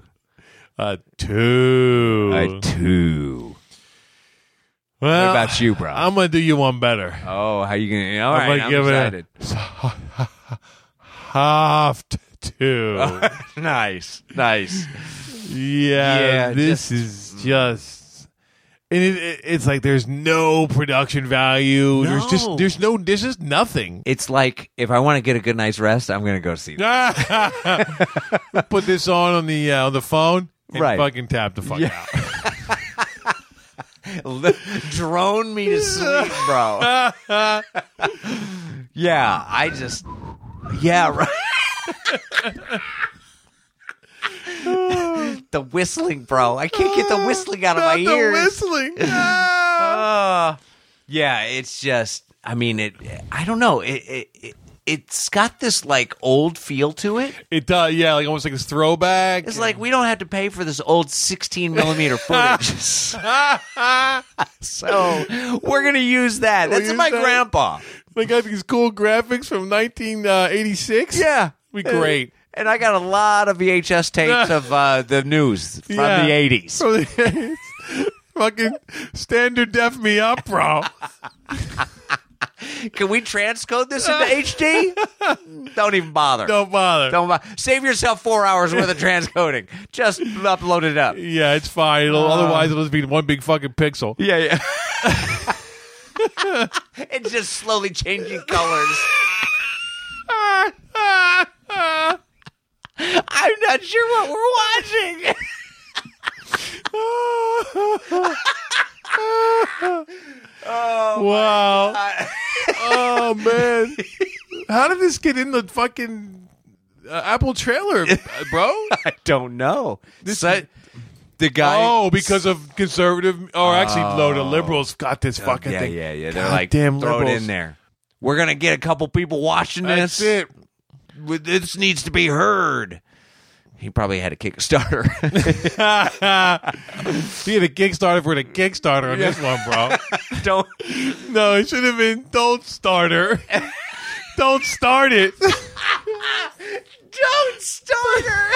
B: A two.
A: A two.
B: well,
A: What about you, bro?
B: I'm gonna do you one better.
A: oh, how you gonna? All
B: I'm
A: right,
B: gonna
A: I'm
B: give
A: excited.
B: it half t- two.
A: nice, nice.
B: yeah,
A: Yeah,
B: this is
A: just-
B: just. And it, it, it's like there's no production value. There's just
A: No.
B: there's no there's just nothing.
A: It's like if I want to get a good night's rest, I'm gonna go see. that.
B: Put this on on the uh, on the phone and
A: Right.
B: fucking tap the fuck out.
A: Drone me to sleep, bro. yeah, I just. Yeah, right. the whistling, bro. I can't get the whistling out of
B: Not
A: my
B: the
A: ears.
B: whistling. Ah.
A: Uh, yeah, it's just. I mean, it. I don't know. It. it, it it's got this like old feel to it.
B: it does, yeah, like almost like this throwback.
A: It's like we don't have to pay for this old 16 millimeter footage, so we're gonna use that. That's
B: use
A: my
B: that.
A: grandpa.
B: They got these cool graphics from 1986.
A: Yeah,
B: We great.
A: And I got a lot of VHS tapes of uh, the news from
B: Yeah.
A: the 80s.
B: From the- Fucking standard def me up, bro.
A: Can we transcode this into HD? Don't even bother.
B: Don't bother.
A: Don't bo- save yourself four hours worth of transcoding. Just upload it up.
B: Yeah, it's fine. It'll, otherwise, it'll just be one big fucking pixel.
A: Yeah, yeah. it's just slowly changing colors. I'm not sure what we're watching.
B: wow. oh man, how did this get in the fucking uh, Apple trailer, bro?
A: I don't know. So- the guy.
B: oh, because of conservative, or actually, no, the liberals got this fucking
A: Oh. yeah,
B: thing.
A: yeah, yeah. They're
B: God
A: like,
B: damn
A: throw
B: liberals.
A: it in there. We're gonna get a couple people watching
B: That's
A: this.
B: it.
A: With- This needs to be heard. He probably had a Kickstarter.
B: He had a Kickstarter for the Kickstarter on this one, bro.
A: don't.
B: no, it should have been don't starter. don't start it.
A: Don't starter.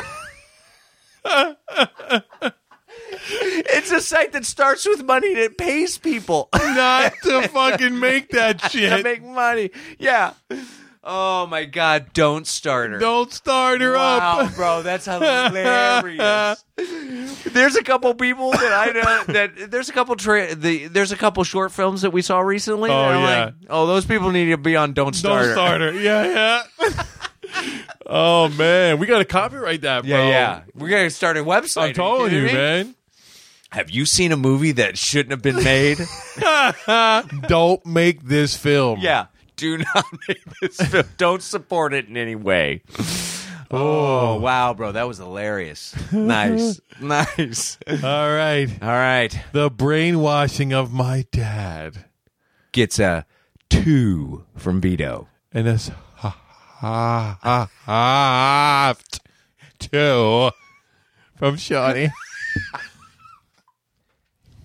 A: it's a site that starts with money and it pays people
B: Not to fucking make that
A: to
B: shit.
A: make money. Yeah. Oh my God! Don't starter.
B: don't start her
A: wow,
B: up.
A: bro, that's hilarious. there's a couple people that I know that there's a couple tra- the there's a couple short films that we saw recently.
B: Oh,
A: that I'm
B: yeah.
A: like, oh, those people need to be on Don't
B: Don't
A: Starter.
B: start her. Yeah, yeah. oh man, we gotta copyright that, bro.
A: Yeah, yeah. We're gonna start a website. Are
B: I'm telling
A: kidding
B: you,
A: me?
B: man.
A: Have you seen a movie that shouldn't have been made?
B: Don't make this film.
A: yeah. Do not make this film. Don't support it in any way. Oh wow, bro, that was hilarious. Nice, nice. All
B: All right.
A: right,
B: The brainwashing of my dad.
A: gets a two from Vito.
B: and it's ha ha ha ha two from Shawnee.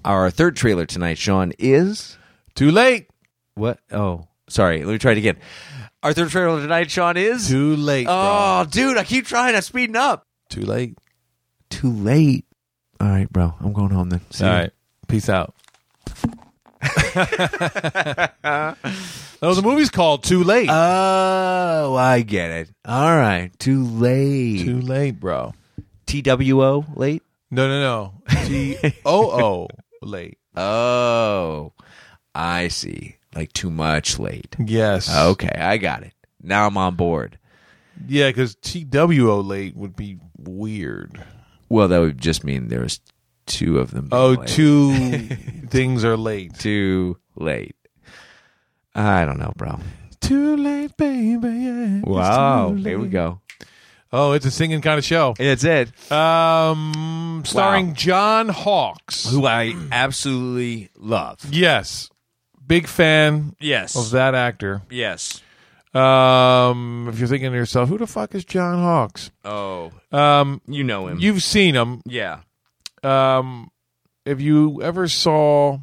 A: Our third trailer tonight, Sean, is
B: Too late.
A: what? Oh, sorry. Let me try it again. Our third trailer tonight, Sean, is
B: Too late.
A: oh, dude, I keep trying. I'm speeding up.
B: Too late.
A: Too late. All right, bro. I'm going home then. See
B: All
A: ya.
B: right. Peace out. no, the movie's called Too Late.
A: Oh, I get it. All right. Too late.
B: Too late, bro.
A: TWO late?
B: No, no, no. T O O late.
A: Oh, I see. Like too much late.
B: Yes.
A: Oh, Okay, I got it. Now I'm on board.
B: Yeah, because T W O late would be weird.
A: Well, that would just mean there was two of them. being
B: Oh,
A: late.
B: two things are late.
A: Too late. I don't know, bro.
B: Too late, baby. Yeah. it's
A: Wow.
B: too
A: Here we
B: late.
A: go.
B: Oh, it's a singing kind of show.
A: That's it.
B: Um, starring
A: Wow.
B: John Hawkes.
A: Who I absolutely love.
B: Yes, big fan
A: Yes.
B: of that actor.
A: Yes.
B: Um, if you're thinking to yourself, who the fuck is John Hawkes?
A: Oh,
B: Um,
A: you know him.
B: you've seen him.
A: yeah.
B: Um, if you ever saw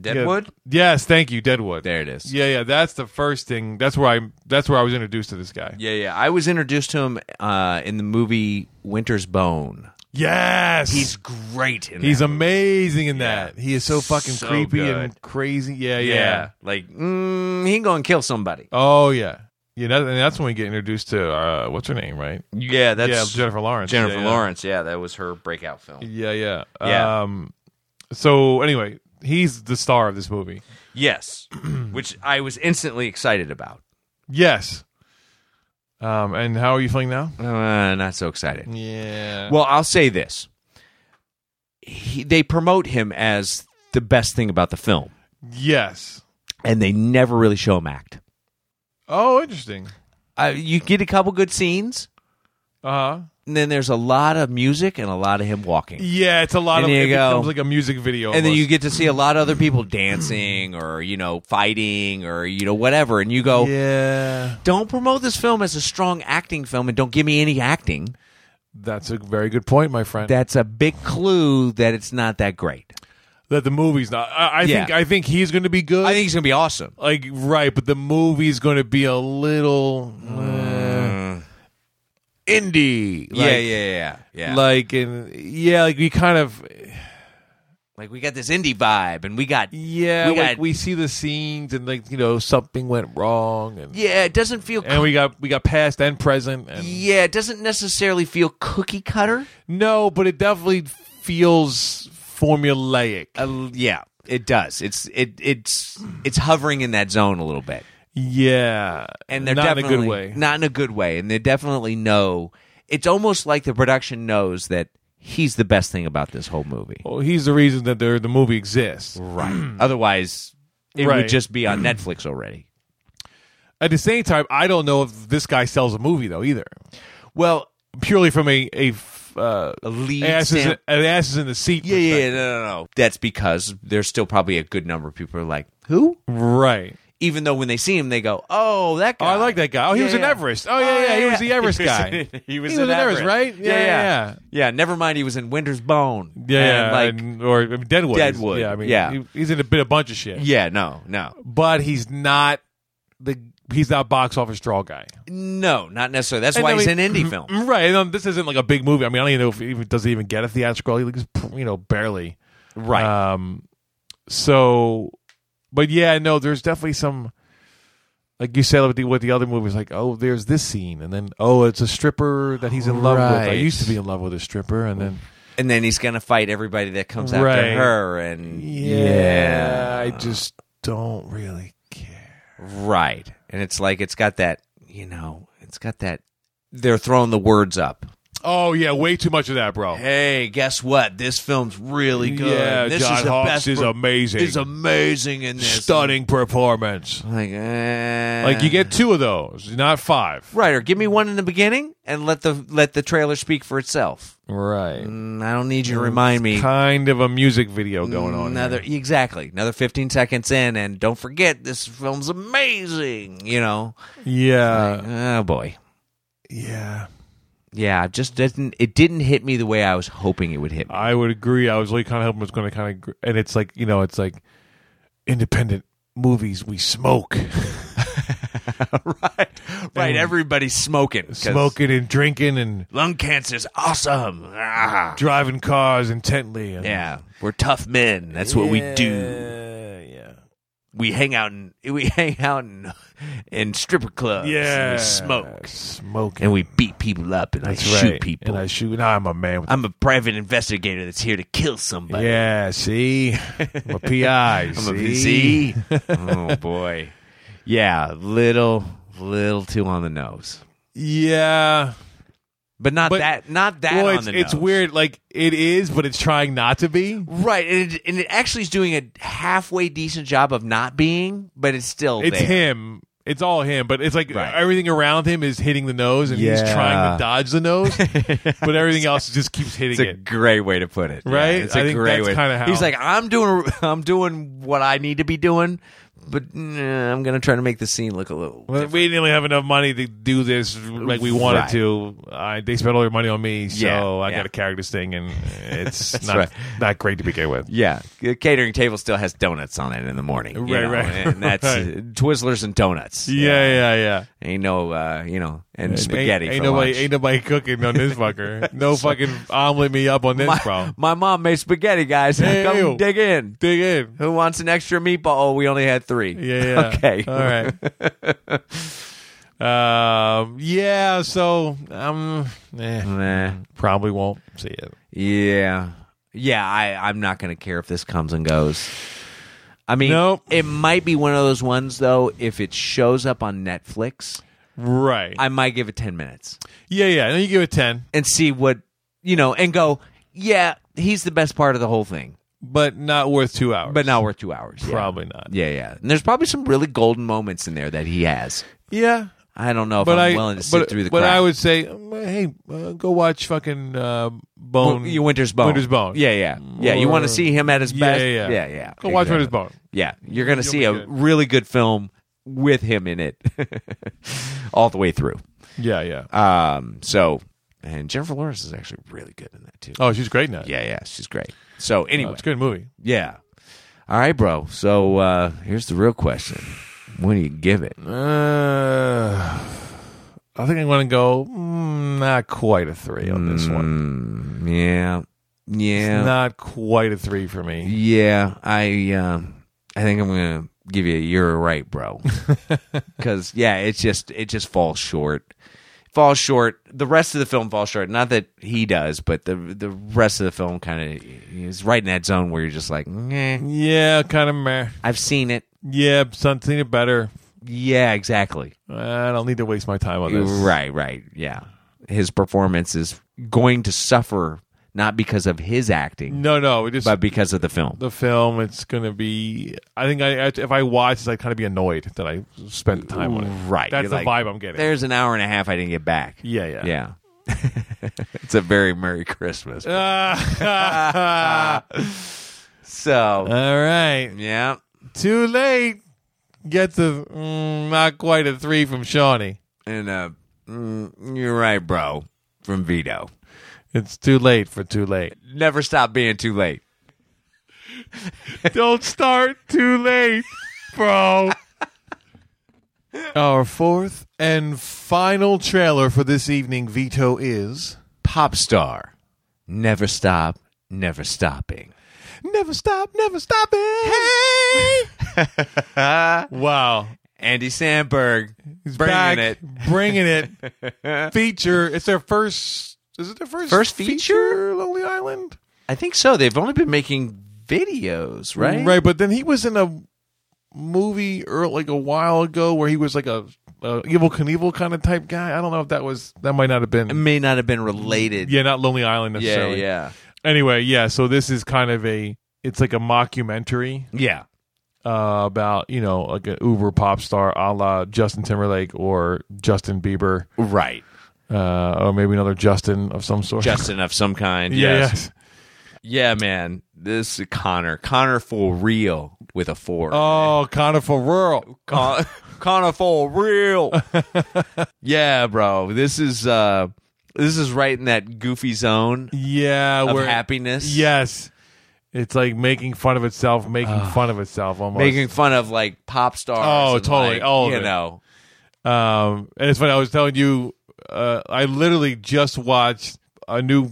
A: Deadwood?
B: yes, thank you, Deadwood.
A: There it is.
B: Yeah, yeah, that's the first thing. That's where I. That's where I was introduced to this guy.
A: Yeah, yeah. I was introduced to him uh, in the movie Winter's Bone.
B: Yes,
A: He's great in
B: he's
A: that
B: amazing in
A: Yeah.
B: that. He is so fucking
A: So
B: creepy
A: good.
B: and crazy. Yeah,
A: movie.
B: yeah.
A: Like, mm, he gonna kill somebody.
B: Oh yeah, yeah. That, and that's when we get introduced to uh, what's her name, right?
A: Yeah,
B: yeah, Jennifer Lawrence.
A: Jennifer
B: Yeah, yeah.
A: Lawrence. Yeah, that was her breakout film.
B: Yeah, yeah.
A: Yeah.
B: Um, so anyway, he's the star of this movie.
A: Yes, which I was instantly excited about.
B: Yes. Um, and how are you feeling now?
A: Uh, not so excited.
B: Yeah.
A: Well, I'll say this: he, they promote him as the best thing about the film,
B: Yes.
A: and they never really show him act.
B: Oh, interesting.
A: Uh, you get a couple good scenes,
B: Uh huh.
A: and then there's a lot of music and a lot of him walking.
B: Yeah, it's a lot
A: And
B: of.
A: there
B: It
A: you go.
B: becomes like a music video.
A: and then you
B: almost.
A: get to see a lot of other people dancing or you know fighting or you know whatever and you go
B: Yeah,
A: don't promote this film as a strong acting film and don't give me any acting
B: that's a very good point, my friend.
A: that's a big clue that it's not that great
B: that the movie's not. I, I
A: Yeah.
B: think. I think he's going to be good.
A: i think it's going to be awesome
B: like right, but the movie's going to be a little uh, indie.
A: Mm. yeah
B: like-
A: yeah yeah yeah
B: Like
A: like,
B: and yeah, like we kind of
A: we got this indie vibe and we got
B: yeah,
A: We
B: like
A: got-
B: we see the scenes and like you know something went wrong and
A: yeah it doesn't feel
B: and we got we got past and present and
A: yeah it doesn't necessarily feel cookie cutter
B: no, but it definitely feels formulaic.
A: uh, yeah it does it's it it's it's hovering in that zone a little bit
B: yeah,
A: and they're
B: not in a
A: definitely
B: good way.
A: Not in a good way, and they definitely know. It's almost like the production knows that he's the best thing about this whole movie.
B: Well, he's the reason that there- the movie exists.
A: Right. Otherwise, it
B: Right.
A: would just be on Netflix already.
B: At the same time, I don't know if this guy sells a movie though either.
A: Well,
B: Purely from a a, f- uh,
A: a lead
B: asses
A: stamp-
B: an asses in the seat.
A: yeah, yeah, yeah,
B: perspective.
A: no, no, no. That's because there's still probably a good number of people who are like, who?
B: right.
A: Even though when they see him, they go, oh, that
B: Oh,
A: guy.
B: I like that guy. Oh, he
A: Yeah,
B: was in
A: yeah.
B: Everest. Oh, yeah, yeah, he was the Everest guy.
A: he was,
B: He was in Everest, right?
A: Yeah
B: Yeah,
A: yeah,
B: yeah.
A: Yeah, Never mind. He was in Winter's Bone.
B: Yeah,
A: And, like,
B: and- or I mean, Deadwood.
A: Deadwood,
B: Yeah, I mean,
A: yeah.
B: he- he's in a bit a bunch of shit.
A: yeah, no, no.
B: but he's not the he's not box office draw guy.
A: No, not necessarily. That's
B: And
A: why
B: I
A: he's
B: mean-
A: an indie film.
B: Right. And um, this isn't like a big movie. I mean, I don't even know if it even does it even get a theatrical. He looks, you know, barely.
A: Right.
B: Um so but yeah, no, there's definitely some like you said with the, with the other movies, like oh, there's this scene, and then oh, it's a stripper that he's in love with. I
A: Right.
B: used to be in love with a stripper, and then
A: and then he's going to fight everybody that comes
B: Right.
A: after her. And
B: yeah, I just don't really care.
A: Right. And it's like, it's got that, you know, it's got that. They're throwing the words up.
B: Oh yeah, way too much of that, bro.
A: Hey, guess what? This film's really good.
B: Yeah,
A: this
B: John
A: is the
B: Hawkes
A: best
B: is
A: per-
B: amazing.
A: Is amazing in this.
B: Stunning performance.
A: Like, eh.
B: Like you get two of those, not five.
A: right or give me one in the beginning and let the let the trailer speak for itself.
B: Right.
A: Mm, I don't need you to remind me.
B: Kind of a music video going on.
A: another
B: here.
A: exactly another 15 seconds in and don't forget this film's amazing you know
B: Yeah.
A: oh boy
B: Yeah.
A: yeah it just didn't it didn't hit me the way i was hoping it would hit me
B: I would agree. I was really kind of hoping it was going to kind of, and it's like you know, it's like independent movies we smoke.
A: right, right. Everybody's smoking. 'cause
B: Smoking and drinking and
A: Lung cancer's awesome. Ah.
B: driving cars intently. And
A: Yeah, we're tough men. That's what we do.
B: Yeah.
A: We hang out and we hang out in, in stripper clubs. and
B: Yeah.
A: we smoke
B: Smoking.
A: and we beat people up and
B: That's
A: I shoot
B: right.
A: people.
B: And I shoot. Now I'm a man. With
A: I'm a private investigator that's here to kill somebody.
B: yeah. See, I'm a PI.
A: I'm
B: see?
A: a VC. oh boy. Yeah, little little too on the nose.
B: Yeah.
A: But not
B: But-
A: that not that
B: well,
A: on
B: it's,
A: the
B: it's
A: nose.
B: weird. Like it is, but it's trying not to be.
A: Right. And it, and it actually is doing a halfway decent job of not being, but it's still
B: It's
A: there.
B: him. It's all him, but it's like
A: Right.
B: everything around him is hitting the nose, and he's
A: Yeah.
B: trying to dodge the nose, but everything else just keeps hitting
A: It's a
B: it.
A: great way to put it, Yeah,
B: Right?
A: it's a
B: I think
A: great
B: that's
A: way.
B: kinda how-
A: He's like, I'm doing, I'm doing what I need to be doing, but nah, I'm gonna try to make the scene look a little.
B: Well, we didn't really have enough money to do this like we wanted
A: Right.
B: to. I, they spent all their money on me, so
A: Yeah,
B: I
A: yeah.
B: got to carry this thing, and it's not
A: right.
B: not great to begin with.
A: Yeah, the catering table still has donuts on it in the morning, you
B: Right,
A: know,
B: right,
A: and that's
B: right.
A: uh, Twizzlers and donuts.
B: Yeah, yeah, yeah.
A: ain't no, uh, you know, and spaghetti
B: Ain't,
A: for
B: ain't nobody,
A: lunch.
B: ain't nobody cooking on this fucker. No fucking omelet me up on this,
A: my,
B: bro.
A: my mom made spaghetti, guys.
B: Ew.
A: Come dig in.
B: Dig in.
A: Who wants an extra meatball? Oh, we only had three.
B: Yeah, yeah.
A: okay.
B: All right. um. Yeah. So um. Eh,
A: Nah.
B: probably won't see it.
A: Yeah. Yeah, I, I'm not going to care if this comes and goes. I mean,
B: Nope.
A: it might be one of those ones, though, if it shows up on Netflix,
B: Right.
A: I might give it 10 minutes
B: yeah. Yeah. No, you give it ten,
A: and see what, you know, and go, yeah, he's the best part of the whole thing,
B: but not worth two hours.
A: but not worth two hours. Yeah.
B: Probably not.
A: Yeah, yeah. And there's probably some really golden moments in there that he has.
B: Yeah.
A: I don't know if
B: But
A: I'm
B: I,
A: willing to sit
B: but,
A: through the
B: but
A: crap.
B: I would say, um, hey, uh, go watch fucking uh, Bone.
A: Well, you Winter's Bone.
B: Winter's Bone.
A: Yeah, yeah. Yeah, you
B: Or-
A: want to see him at his
B: Yeah,
A: best?
B: yeah, yeah.
A: yeah.
B: Go watch
A: Exactly.
B: Winter's Bone.
A: Yeah, you're going to see
B: be
A: a
B: good.
A: really good film with him in it all the way through.
B: Yeah, yeah.
A: Um, so, and Jennifer Lawrence is actually really good in that too.
B: oh, she's great now.
A: yeah, yeah, she's great. So, anyway,
B: it's a good movie.
A: yeah. All right, bro. So, uh, here's the real question. What do you give it?
B: Uh, I think I'm going to go mm, not quite a three on this one.
A: Mm, yeah. Yeah.
B: Not quite a three for me.
A: Yeah, I um, I think I'm gonna give you a you're right, bro. Because yeah, it's just it just falls short. Falls short. The rest of the film falls short. Not that he does, but the the rest of the film kind of is right in that zone where you're just like, eh,
B: Yeah, kind of meh.
A: I've seen it.
B: Yeah, something it better.
A: Yeah, exactly.
B: I don't need to waste my time on this.
A: Right, right. Yeah, his performance is going to suffer not because of his acting,
B: No, no. It just
A: but because of the film.
B: the film. It's going to be. I think I if I watch this, I kind of be annoyed that I spent the time on it.
A: Right.
B: That's
A: You're
B: the
A: like,
B: vibe I'm getting.
A: There's an hour and a half I didn't get back.
B: Yeah, yeah.
A: Yeah. it's a very Merry Christmas.
B: Uh, Ah.
A: So,
B: All right.
A: yeah.
B: Too late. Gets a mm, not quite a three from Shawnee.
A: And uh, mm, you're right, bro, from Vito.
B: It's too late for too late.
A: Never stop being too late.
B: Don't start too late, bro. Our fourth and final trailer for this evening, Veto, is
A: Pop star. Never stop, never stopping.
B: Never Stop, Never Stop It. Hey! wow.
A: Andy Sandberg
B: He's
A: bringing
B: back,
A: it.
B: bringing it. feature. It's their first. Is it their first
A: First feature?
B: Lonely Island,
A: I think so. They've only been making videos, right?
B: Right, but then he was in a movie or like a while ago where he was like a, a evil Knievel kind of type guy. I don't know if that was that might not have
A: It
B: been.
A: may not have been related.
B: Yeah, not Lonely Island
A: yeah,
B: necessarily.
A: yeah.
B: Anyway, yeah. So this is kind of a. It's like a mockumentary
A: Yeah.
B: uh, about you know like an Uber pop star a la Justin Timberlake or Justin Bieber
A: Right.
B: uh, or maybe another Justin of some sort.
A: Justin of some kind.
B: Yeah,
A: yes.
B: yes.
A: Yeah, man. This is Connor. Connor for real with a four.
B: Oh, Connor Farrell.
A: Con- Connor for real. yeah, bro. This is uh this is right in that goofy zone
B: Yeah,
A: of
B: where
A: happiness.
B: Yes, it's like making fun of itself, making fun of itself almost.
A: Making fun of like pop stars.
B: Oh,
A: and,
B: totally.
A: like,
B: All of
A: you
B: it.
A: know.
B: Um, and it's funny. I was telling you, uh, I literally just watched a new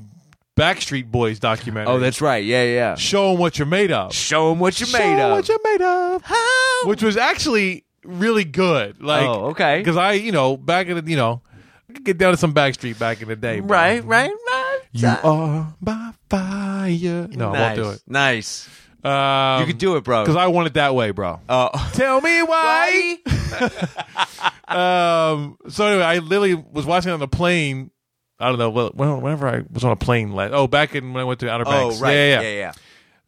B: Backstreet Boys documentary.
A: Oh, that's right. Yeah, yeah.
B: show 'em what you're made of.
A: Show them what you're
B: Show
A: made
B: 'em
A: of.
B: What you're made of.
A: How?
B: Which was actually really good. Like,
A: Oh, okay.
B: Because I, you know, back in the, you know, I could get down to some Backstreet back in the day. but-
A: right, right, right.
B: You are my fire. No, I won't
A: nice.
B: do it.
A: Nice.
B: Um,
A: You could do it, bro.
B: because I want it that way, bro.
A: Oh.
B: Tell me why. um. So anyway, I literally was watching it on the plane. I don't know. Well, when- whenever I was on a plane last. Oh, back in when I went to Outer
A: Oh,
B: Banks.
A: right.
B: Yeah, yeah.
A: yeah.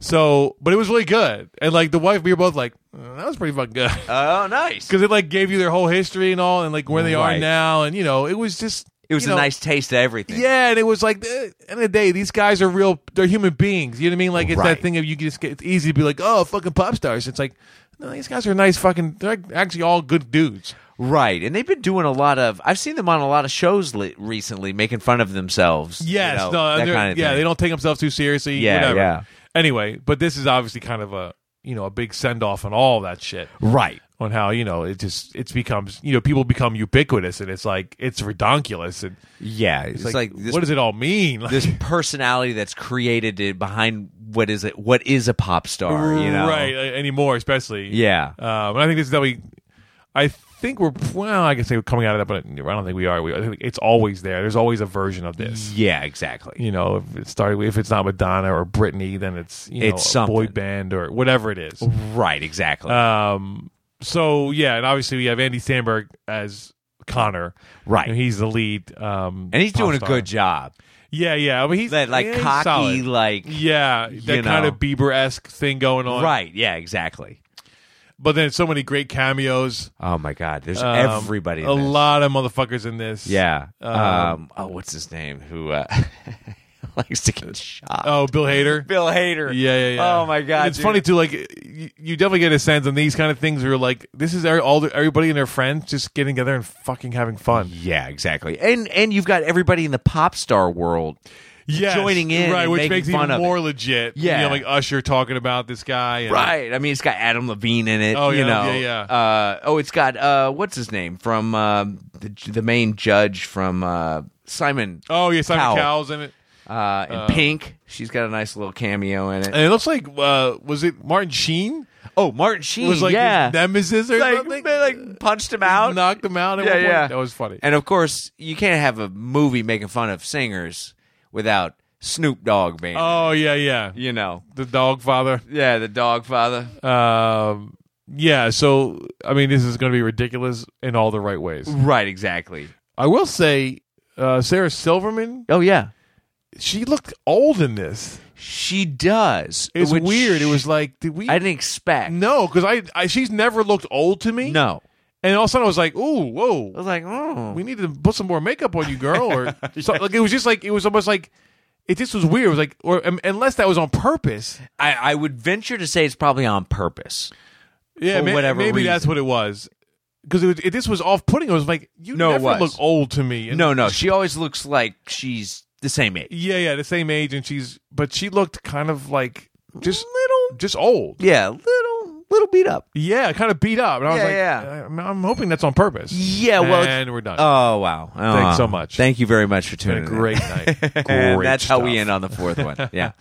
B: So, but it was really good. And like the wife, we were both like, "Mm, that was pretty fucking good
A: Oh, nice.
B: because it like gave you their whole history and all, and like where they are
A: Right.
B: now, and you know, it was just.
A: It was
B: you
A: a
B: know,
A: nice taste of everything.
B: Yeah, and it was like, eh, at the end of the day, these guys are real. They're human beings. You know what I mean? Like it's that
A: Right.
B: thing of you just get. It's easy to be like, oh, fucking pop stars. It's like, no, these guys are nice fucking. They're actually all good dudes.
A: Right. And they've been doing a lot of. I've seen them on a lot of shows li- recently, making fun of themselves. you
B: Yes,
A: know,
B: no,
A: that
B: they're-
A: kind of
B: yeah,
A: thing.
B: they don't take themselves too seriously.
A: Yeah,
B: whatever.
A: yeah.
B: Anyway, but this is obviously kind of a you know a big send off and all that shit
A: Right.
B: on how you know it just it's becomes you know people become ubiquitous and it's like it's redonkulous and
A: Yeah. It's,
B: it's,
A: like, this,
B: what does it all mean? Like,
A: this personality that's created it behind what is it? What is a pop star? You know.
B: right uh, anymore, especially
A: Yeah.
B: Um, and I think this is that we, I think we're well. I can say we're coming out of that, but I don't think we are. We, I think it's always there. There's always a version of this.
A: Yeah. Exactly.
B: You know, if it started, if it's not Madonna or Britney, then it's you know
A: It's
B: a boy
A: something.
B: band or whatever it is.
A: Right. Exactly.
B: Um, so yeah, and obviously we have Andy Sandberg as Connor.
A: Right.
B: And he's the lead. Um,
A: and he's
B: pop
A: doing a
B: star.
A: good job.
B: Yeah, yeah. I mean, he's
A: That like
B: yeah, he's
A: cocky,
B: solid.
A: like
B: Yeah, that
A: you
B: kind
A: know.
B: of Bieber esque thing going on.
A: right. Yeah. Exactly.
B: But then so many great cameos.
A: Oh my God. There's
B: Um,
A: everybody. in
B: a
A: this.
B: lot of motherfuckers in this.
A: Yeah.
B: Um,
A: Um, oh, what's his name? Who uh, likes to get shot?
B: Oh, Bill Hader.
A: Bill Hader.
B: Yeah, yeah, yeah.
A: Oh my God.
B: It's
A: dude.
B: funny too. Like you, you definitely get a sense on these kind of things where you're like, this is every- all the, everybody and their friends just getting together and fucking having fun.
A: Yeah, exactly. And and you've got everybody in the pop star world.
B: Yes,
A: Joining in
B: right,
A: and
B: which
A: making
B: makes
A: fun
B: it even
A: of
B: more
A: it.
B: legit.
A: Yeah.
B: you know, like Usher talking about this guy. And,
A: Right. I mean, it's got Adam Levine in it.
B: Oh, yeah,
A: you know.
B: yeah, yeah.
A: Uh, oh, it's got uh, what's his name from um the the main judge from uh, Simon.
B: Oh yeah, Simon
A: Cowell.
B: Cowell's in it,
A: Uh, and Pink. She's got a nice little cameo in it.
B: and it looks like uh, was it Martin Sheen
A: Oh, Martin Sheen.
B: was like
A: yeah.
B: his nemesis or
A: like,
B: something?
A: they like punched him out.
B: knocked him out. At
A: Yeah,
B: one point?
A: yeah.
B: that was funny.
A: And of course, you can't have a movie making fun of singers without Snoop Dogg being,
B: oh yeah, yeah,
A: you know,
B: the dog father.
A: yeah, the dog father.
B: Um, yeah, so I mean, this is going to be ridiculous in all the right ways.
A: Right, exactly.
B: I will say, uh, Sarah Silverman,
A: Oh yeah,
B: she looked old in this.
A: she does.
B: It's
A: which
B: weird. It was like, did we?
A: I didn't expect.
B: no, because I, I she's never looked old to me.
A: no.
B: and all of a sudden I was like, ooh,
A: I
B: whoa,
A: was like, oh,
B: we need to put some more makeup on you, girl, or so, like it was just like it was almost like it just was weird. It was like, or um, unless that was on purpose.
A: I, I would venture to say it's probably on purpose.
B: Yeah,
A: For
B: ma-
A: whatever
B: maybe
A: reason.
B: that's what it was. Because it, was- it, this was off-putting. It was like you
A: No, it
B: never
A: was.
B: look old to me. And
A: No, no, she always looks like she's the same age.
B: Yeah, yeah, the same age, and she's but she looked kind of like just little, just old.
A: Yeah, little, little beat up.
B: Yeah, kind of beat up. And I was
A: Yeah,
B: like,
A: yeah.
B: I'm, I'm hoping that's on purpose.
A: Yeah, well, it's-
B: and we're done.
A: Oh wow! Oh,
B: Thanks so much.
A: Thank you very much for
B: Been
A: tuning
B: a
A: in.
B: great night. Great
A: and that's how we
B: stuff.
A: end on the fourth one. Yeah.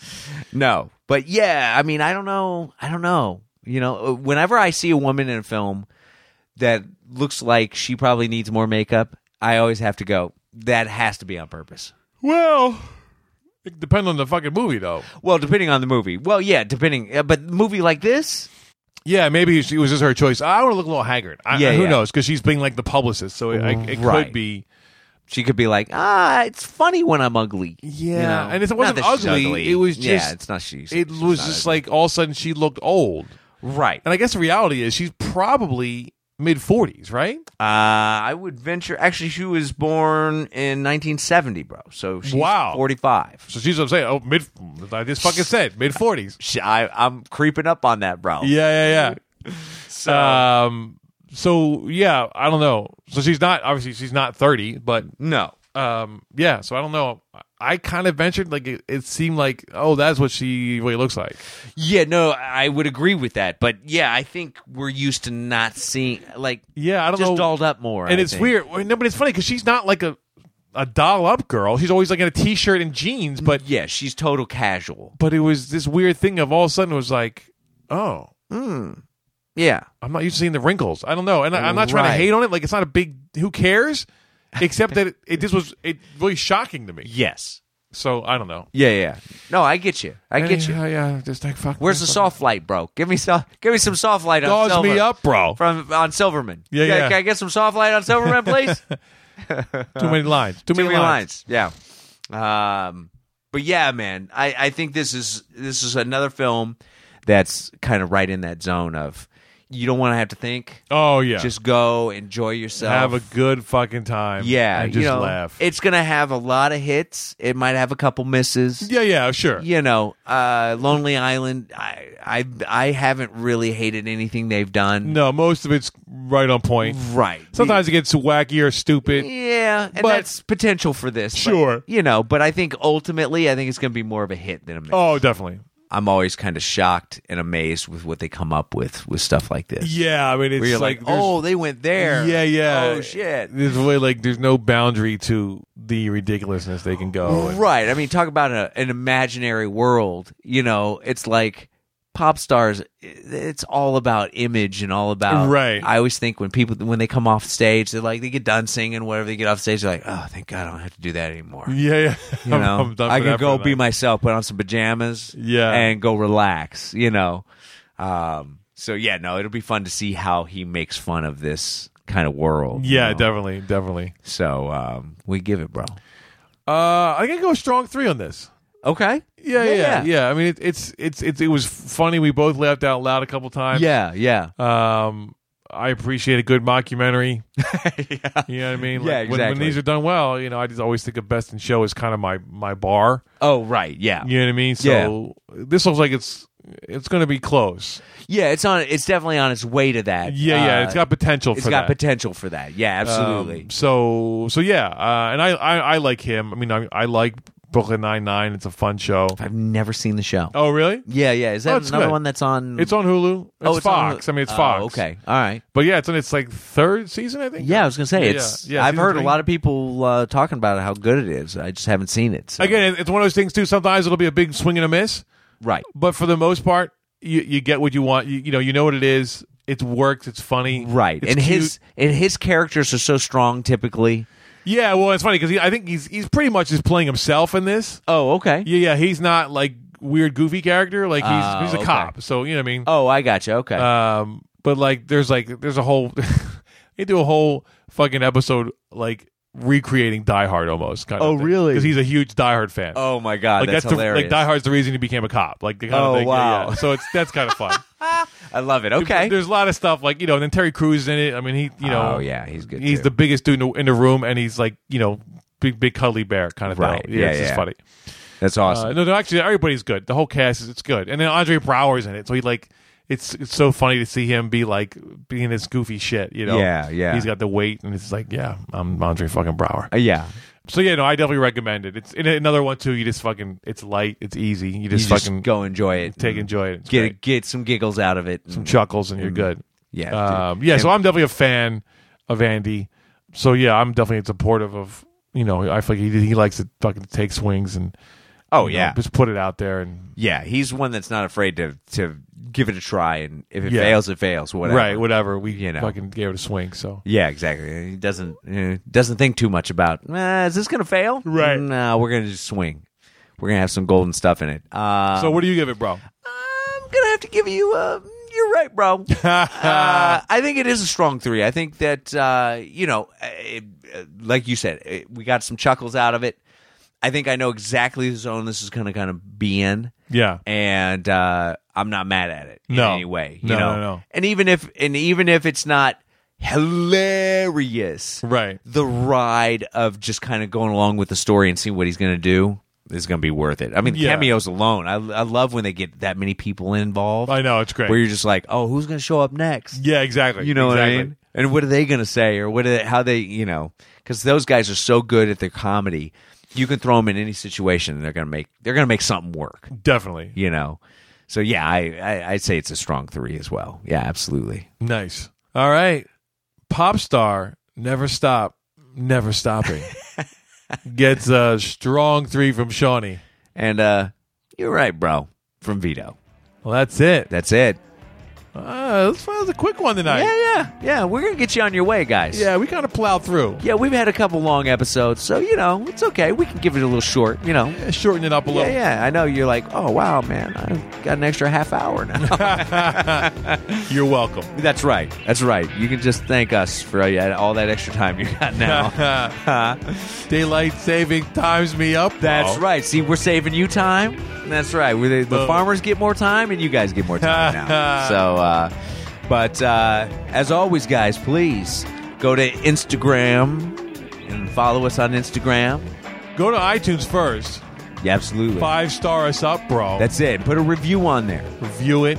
A: no, but yeah, I mean, I don't know. I don't know. You know, uh, whenever I see a woman in a film that looks like she probably needs more makeup, I always have to go, that has to be on purpose.
B: Well, it depends on the fucking movie, though.
A: Well, depending on the movie. Well, yeah, depending. uh, But movie like this,
B: Yeah, maybe she- it was just her choice. I want to look a little haggard. I,
A: Yeah,
B: who
A: yeah.
B: knows? Because she's being like the publicist, so it, I, it could
A: Right.
B: be.
A: she could be like, ah, it's funny when I'm ugly. you
B: Yeah,
A: know?
B: and if it
A: Not
B: wasn't
A: that she's
B: ugly, it was just-
A: yeah, it's not she's.
B: It
A: she's
B: was
A: not
B: just
A: ugly.
B: like all of a sudden she looked old,
A: right.
B: and I guess the reality is she's probably mid forties, right?
A: Uh, I would venture. Actually, she was born in 1970, bro. So she's
B: Wow.
A: 45.
B: So she's what I'm saying. Oh, mid. I just fucking said mid forties.
A: She, I, I'm creeping up on that, bro.
B: Yeah, yeah,
A: So,
B: yeah. Um. So yeah, I don't know. So she's not obviously she's not thirty, but
A: no.
B: um. Yeah. So I don't know. I- I kind of ventured like it, it seemed like oh that's what she what he looks like.
A: Yeah, no, I would agree with that. But yeah, I think we're used to not seeing like
B: Yeah, I don't
A: just
B: know.
A: dolled up more.
B: and
A: I
B: it's
A: think.
B: weird. Well, No, but it's funny because she's not like a a doll up girl. She's always like in a t shirt and jeans. But
A: Yeah, she's total casual.
B: but it was this weird thing of all of a sudden it was like oh
A: Yeah,
B: I'm not used to seeing the wrinkles. I don't know, and I, I'm not trying to
A: Right.
B: hate on it. Like it's not a big who cares, except that it, it this was it really shocking to me.
A: yes,
B: So I don't know.
A: yeah, yeah. No, I get you. I get you.
B: Yeah, yeah. Just like fuck.
A: Where's the soft light, bro? Give me so, give me some soft light on
B: Dogs
A: Silver-
B: me up, bro.
A: from on Silverman.
B: Yeah,
A: Can-
B: yeah.
A: Can I get some soft light on Silverman, please?
B: Too many lines. Too,
A: Too many lines. Yeah. Um, but yeah, man, I, I think this is this is another film that's kind of right in that zone of you don't want to have to think.
B: Oh yeah.
A: Just go enjoy yourself.
B: have a good fucking time.
A: yeah,
B: and
A: you
B: just
A: know,
B: laugh.
A: It's gonna have a lot of hits. It might have a couple misses.
B: yeah, yeah, sure.
A: You know, uh, Lonely Island. I, I I haven't really hated anything they've done.
B: No, most of it's right on point.
A: Right.
B: Sometimes it gets wacky or stupid.
A: Yeah, and
B: But-
A: that's potential for this. but,
B: Sure.
A: you know, but I think ultimately, I think it's going to be more of a hit than a miss.
B: Oh, definitely.
A: I'm always kind of shocked and amazed with what they come up with with stuff like this.
B: Yeah, I mean, it's
A: Where you're like,
B: there's-
A: oh, they went there.
B: Yeah, yeah.
A: Oh shit.
B: There's really like there's no boundary to the ridiculousness they can go. And-
A: Right. I mean, talk about a, an imaginary world. You know, it's like pop stars. It's all about image and all about.
B: Right.
A: I always think when people when they come off stage, they're like they get done singing. Whatever they get off stage, they're like, oh, thank God, I don't have to do that anymore.
B: Yeah, yeah.
A: You know,
B: done
A: I
B: for
A: can
B: that
A: go
B: for
A: be
B: tonight.
A: myself, put on some pajamas,
B: Yeah.
A: and go relax. You know, um, so yeah, no, it'll be fun to see how he makes fun of this kind of world. you
B: Yeah,
A: know?
B: definitely, definitely.
A: So um, we give it, bro.
B: Uh, I can go a strong three on this.
A: Okay.
B: Yeah, yeah, yeah. I mean, it, it's it's it's it was funny. We both laughed out loud a couple times.
A: yeah, yeah.
B: Um, I appreciate a good mockumentary. You know what I mean?
A: Yeah,
B: when- When,
A: exactly.
B: these are done well, you know, I just always think of best in show is kind of my my bar.
A: Oh, right. Yeah.
B: You know what I mean? So this looks like it's it's going to be close.
A: Yeah, it's on. It's definitely on its way to that.
B: Yeah, yeah.
A: Uh,
B: It's got potential.
A: it's
B: for
A: got
B: that.
A: potential for that. Yeah, absolutely.
B: Um, so so yeah, uh, and I, I I like him. I mean, I I like Brooklyn Nine Nine. It's a fun show.
A: I've never seen the show.
B: Oh really?
A: Yeah, yeah. Is
B: Oh,
A: that
B: it's
A: another
B: good.
A: one that's on?
B: It's on Hulu. It's,
A: Mm. oh, it's on-
B: Fox. I mean, it's
A: Oh,
B: Fox.
A: Okay, all right.
B: But yeah, it's in its like third season, I think.
A: Yeah, I was gonna say
B: Yeah,
A: it's.
B: yeah,
A: I've
B: season
A: heard
B: three.
A: a lot of people uh, talking about how good it is. I just haven't seen it. so-
B: Again, it- it's one of those things too. Sometimes it'll be a big swing and a miss,
A: right?
B: but for the most part, you you get what you want. You, you know, you know what it is. It's worked. It's funny.
A: Right,
B: It's
A: and
B: cute.
A: his and his characters are so strong typically.
B: yeah. Well, it's funny because I think he's he's pretty much just playing himself in this.
A: Oh, okay.
B: Yeah, yeah. He's not like weird goofy character. Like he's
A: Oh,
B: he's a
A: okay.
B: cop. So you know what I mean.
A: Oh, I got you. Okay.
B: Um, but like, there's like, there's a whole, they do a whole fucking episode like recreating Die Hard almost. Kind
A: Oh, really?
B: Because he's a huge Die Hard fan.
A: oh my god,
B: like
A: that's,
B: the,
A: hilarious.
B: like Die Hard's the reason he became a cop. Like the kind of
A: Oh,
B: thing. Yeah,
A: wow.
B: yeah. So it's that's kind of fun.
A: I love it. Okay.
B: There's a lot of stuff like you know, and then Terry Crews is in it. I mean, he you know,
A: Oh, yeah, he's good,
B: He's
A: too.
B: the biggest dude in the, in the room, and he's like you know, big big cuddly bear kind of
A: Right.
B: thing. Yeah,
A: Yeah,
B: it's just
A: yeah.
B: funny.
A: That's awesome.
B: Uh, no, no, actually, everybody's good. The whole cast is it's good, and then Andre Brower's in it, so he like it's it's so funny to see him be like being this goofy shit, you know?
A: Yeah, yeah.
B: He's got the weight, and it's like, yeah, I'm Andre fucking Brower.
A: Uh, yeah.
B: So yeah, no, I definitely recommend it. It's and another one too. You just fucking, it's light, it's easy. You
A: You
B: just
A: just
B: fucking
A: go enjoy it.
B: take
A: and
B: enjoy it. It's
A: get
B: great.
A: get some giggles out of it.
B: some Mm. chuckles, and you're good.
A: yeah.
B: Um, yeah. So I'm definitely a fan of Andy. So yeah, I'm definitely supportive of. You know, I feel like he he likes to fucking take swings and
A: oh
B: you know,
A: yeah.
B: just put it out there and
A: yeah, he's one that's not afraid to to give it a try and if it
B: Yeah.
A: fails it fails, whatever.
B: Right, whatever. We
A: You know.
B: fucking gave it a swing. So
A: Yeah, exactly. He doesn't uh, doesn't think too much about eh, is this going to fail?
B: Right.
A: No, we're going to just swing. We're going to have some golden stuff in it. Uh,
B: so what do you give it, bro?
A: I'm going to have to give you a. You're right, bro. uh, I think it is a strong three. I think that uh, you know, it, uh, like you said, it, we got some chuckles out of it. I think I know exactly the zone this is going to kind of be in
B: Yeah.
A: and uh, I'm not mad at it in
B: No.
A: any way. You
B: No,
A: know?
B: no, no.
A: And even if and even if it's not hilarious,
B: Right.
A: The ride of just kind of going along with the story and seeing what he's going to do is going to be worth it. I mean,
B: Yeah.
A: cameos alone, I, I love when they get that many people involved.
B: I know it's great.
A: Where you're just like, oh, who's going to show up next?
B: yeah, exactly.
A: You know
B: exactly.
A: what I mean? And what are they going to say, or what? Are they, how they, you know, because those guys are so good at their comedy you can throw them in any situation and they're gonna make they're gonna make something work
B: Definitely.
A: you know so yeah I, I i'd say it's a strong three as well yeah absolutely
B: Nice. All right. Pop star, never stop, never stopping. Gets a strong three from Shawnee.
A: and uh you're right bro from vito
B: Well, that's it.
A: that's it
B: Uh, this was a quick one tonight.
A: yeah yeah yeah we're gonna get you on your way guys
B: Yeah, we kind of plowed through.
A: yeah we've had a couple long episodes so you know it's okay we can give it a little short you know
B: Yeah, Shorten it up a
A: yeah
B: little.
A: yeah i know you're like oh wow man i've got an extra half hour now
B: You're welcome.
A: That's right. That's right. You can just thank us for uh, all that extra time you got now.
B: Daylight saving times me up.
A: That's
B: bro.
A: right. See, we're saving you time. That's right. we the, the
B: Boom.
A: farmers get more time, and you guys get more time now. So, uh, but uh, as always, guys, please go to Instagram and follow us on Instagram.
B: Go to iTunes first.
A: Yeah, absolutely.
B: Five star us up, bro.
A: That's it. Put a review on there.
B: Review it.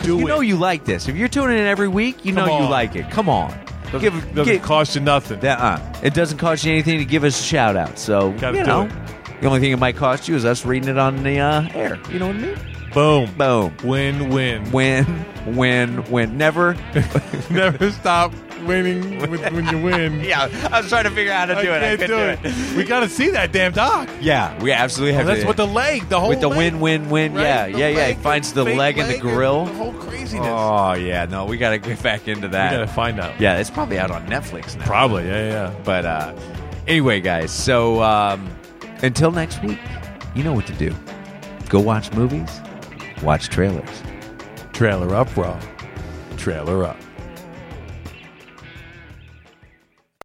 B: Do
A: you
B: it.
A: know you like this. If you're tuning in every week, you
B: Come
A: know you
B: on.
A: like it. Come on.
B: doesn't,
A: give,
B: doesn't
A: give-
B: cost you nothing.
A: That uh, it doesn't cost you anything to give us a shout out. So
B: Gotta
A: you
B: do
A: know,
B: it.
A: the only thing it might cost you is us reading it on the uh, air. You know what I mean?
B: Boom.
A: Boom.
B: Win win.
A: Win, win, win. Never.
B: Never stop winning with, when you win.
A: yeah, I was trying to figure out how to
B: I can't do it. We got to see that damn doc.
A: Yeah, we absolutely have
B: That's
A: to.
B: with the leg, the whole
A: with the
B: leg,
A: win, win, win.
B: right?
A: Yeah,
B: The
A: yeah, yeah. He
B: leg,
A: finds the
B: fake
A: leg and the
B: and
A: grill.
B: The whole craziness.
A: Oh yeah, no, we got to get back into
B: we
A: that.
B: gotta find out.
A: yeah, it's probably out on Netflix now.
B: Probably. Yeah, yeah.
A: But uh, anyway, guys, so um, until next week, you know what to do. Go watch movies, watch trailers.
B: Trailer up, bro. Trailer up.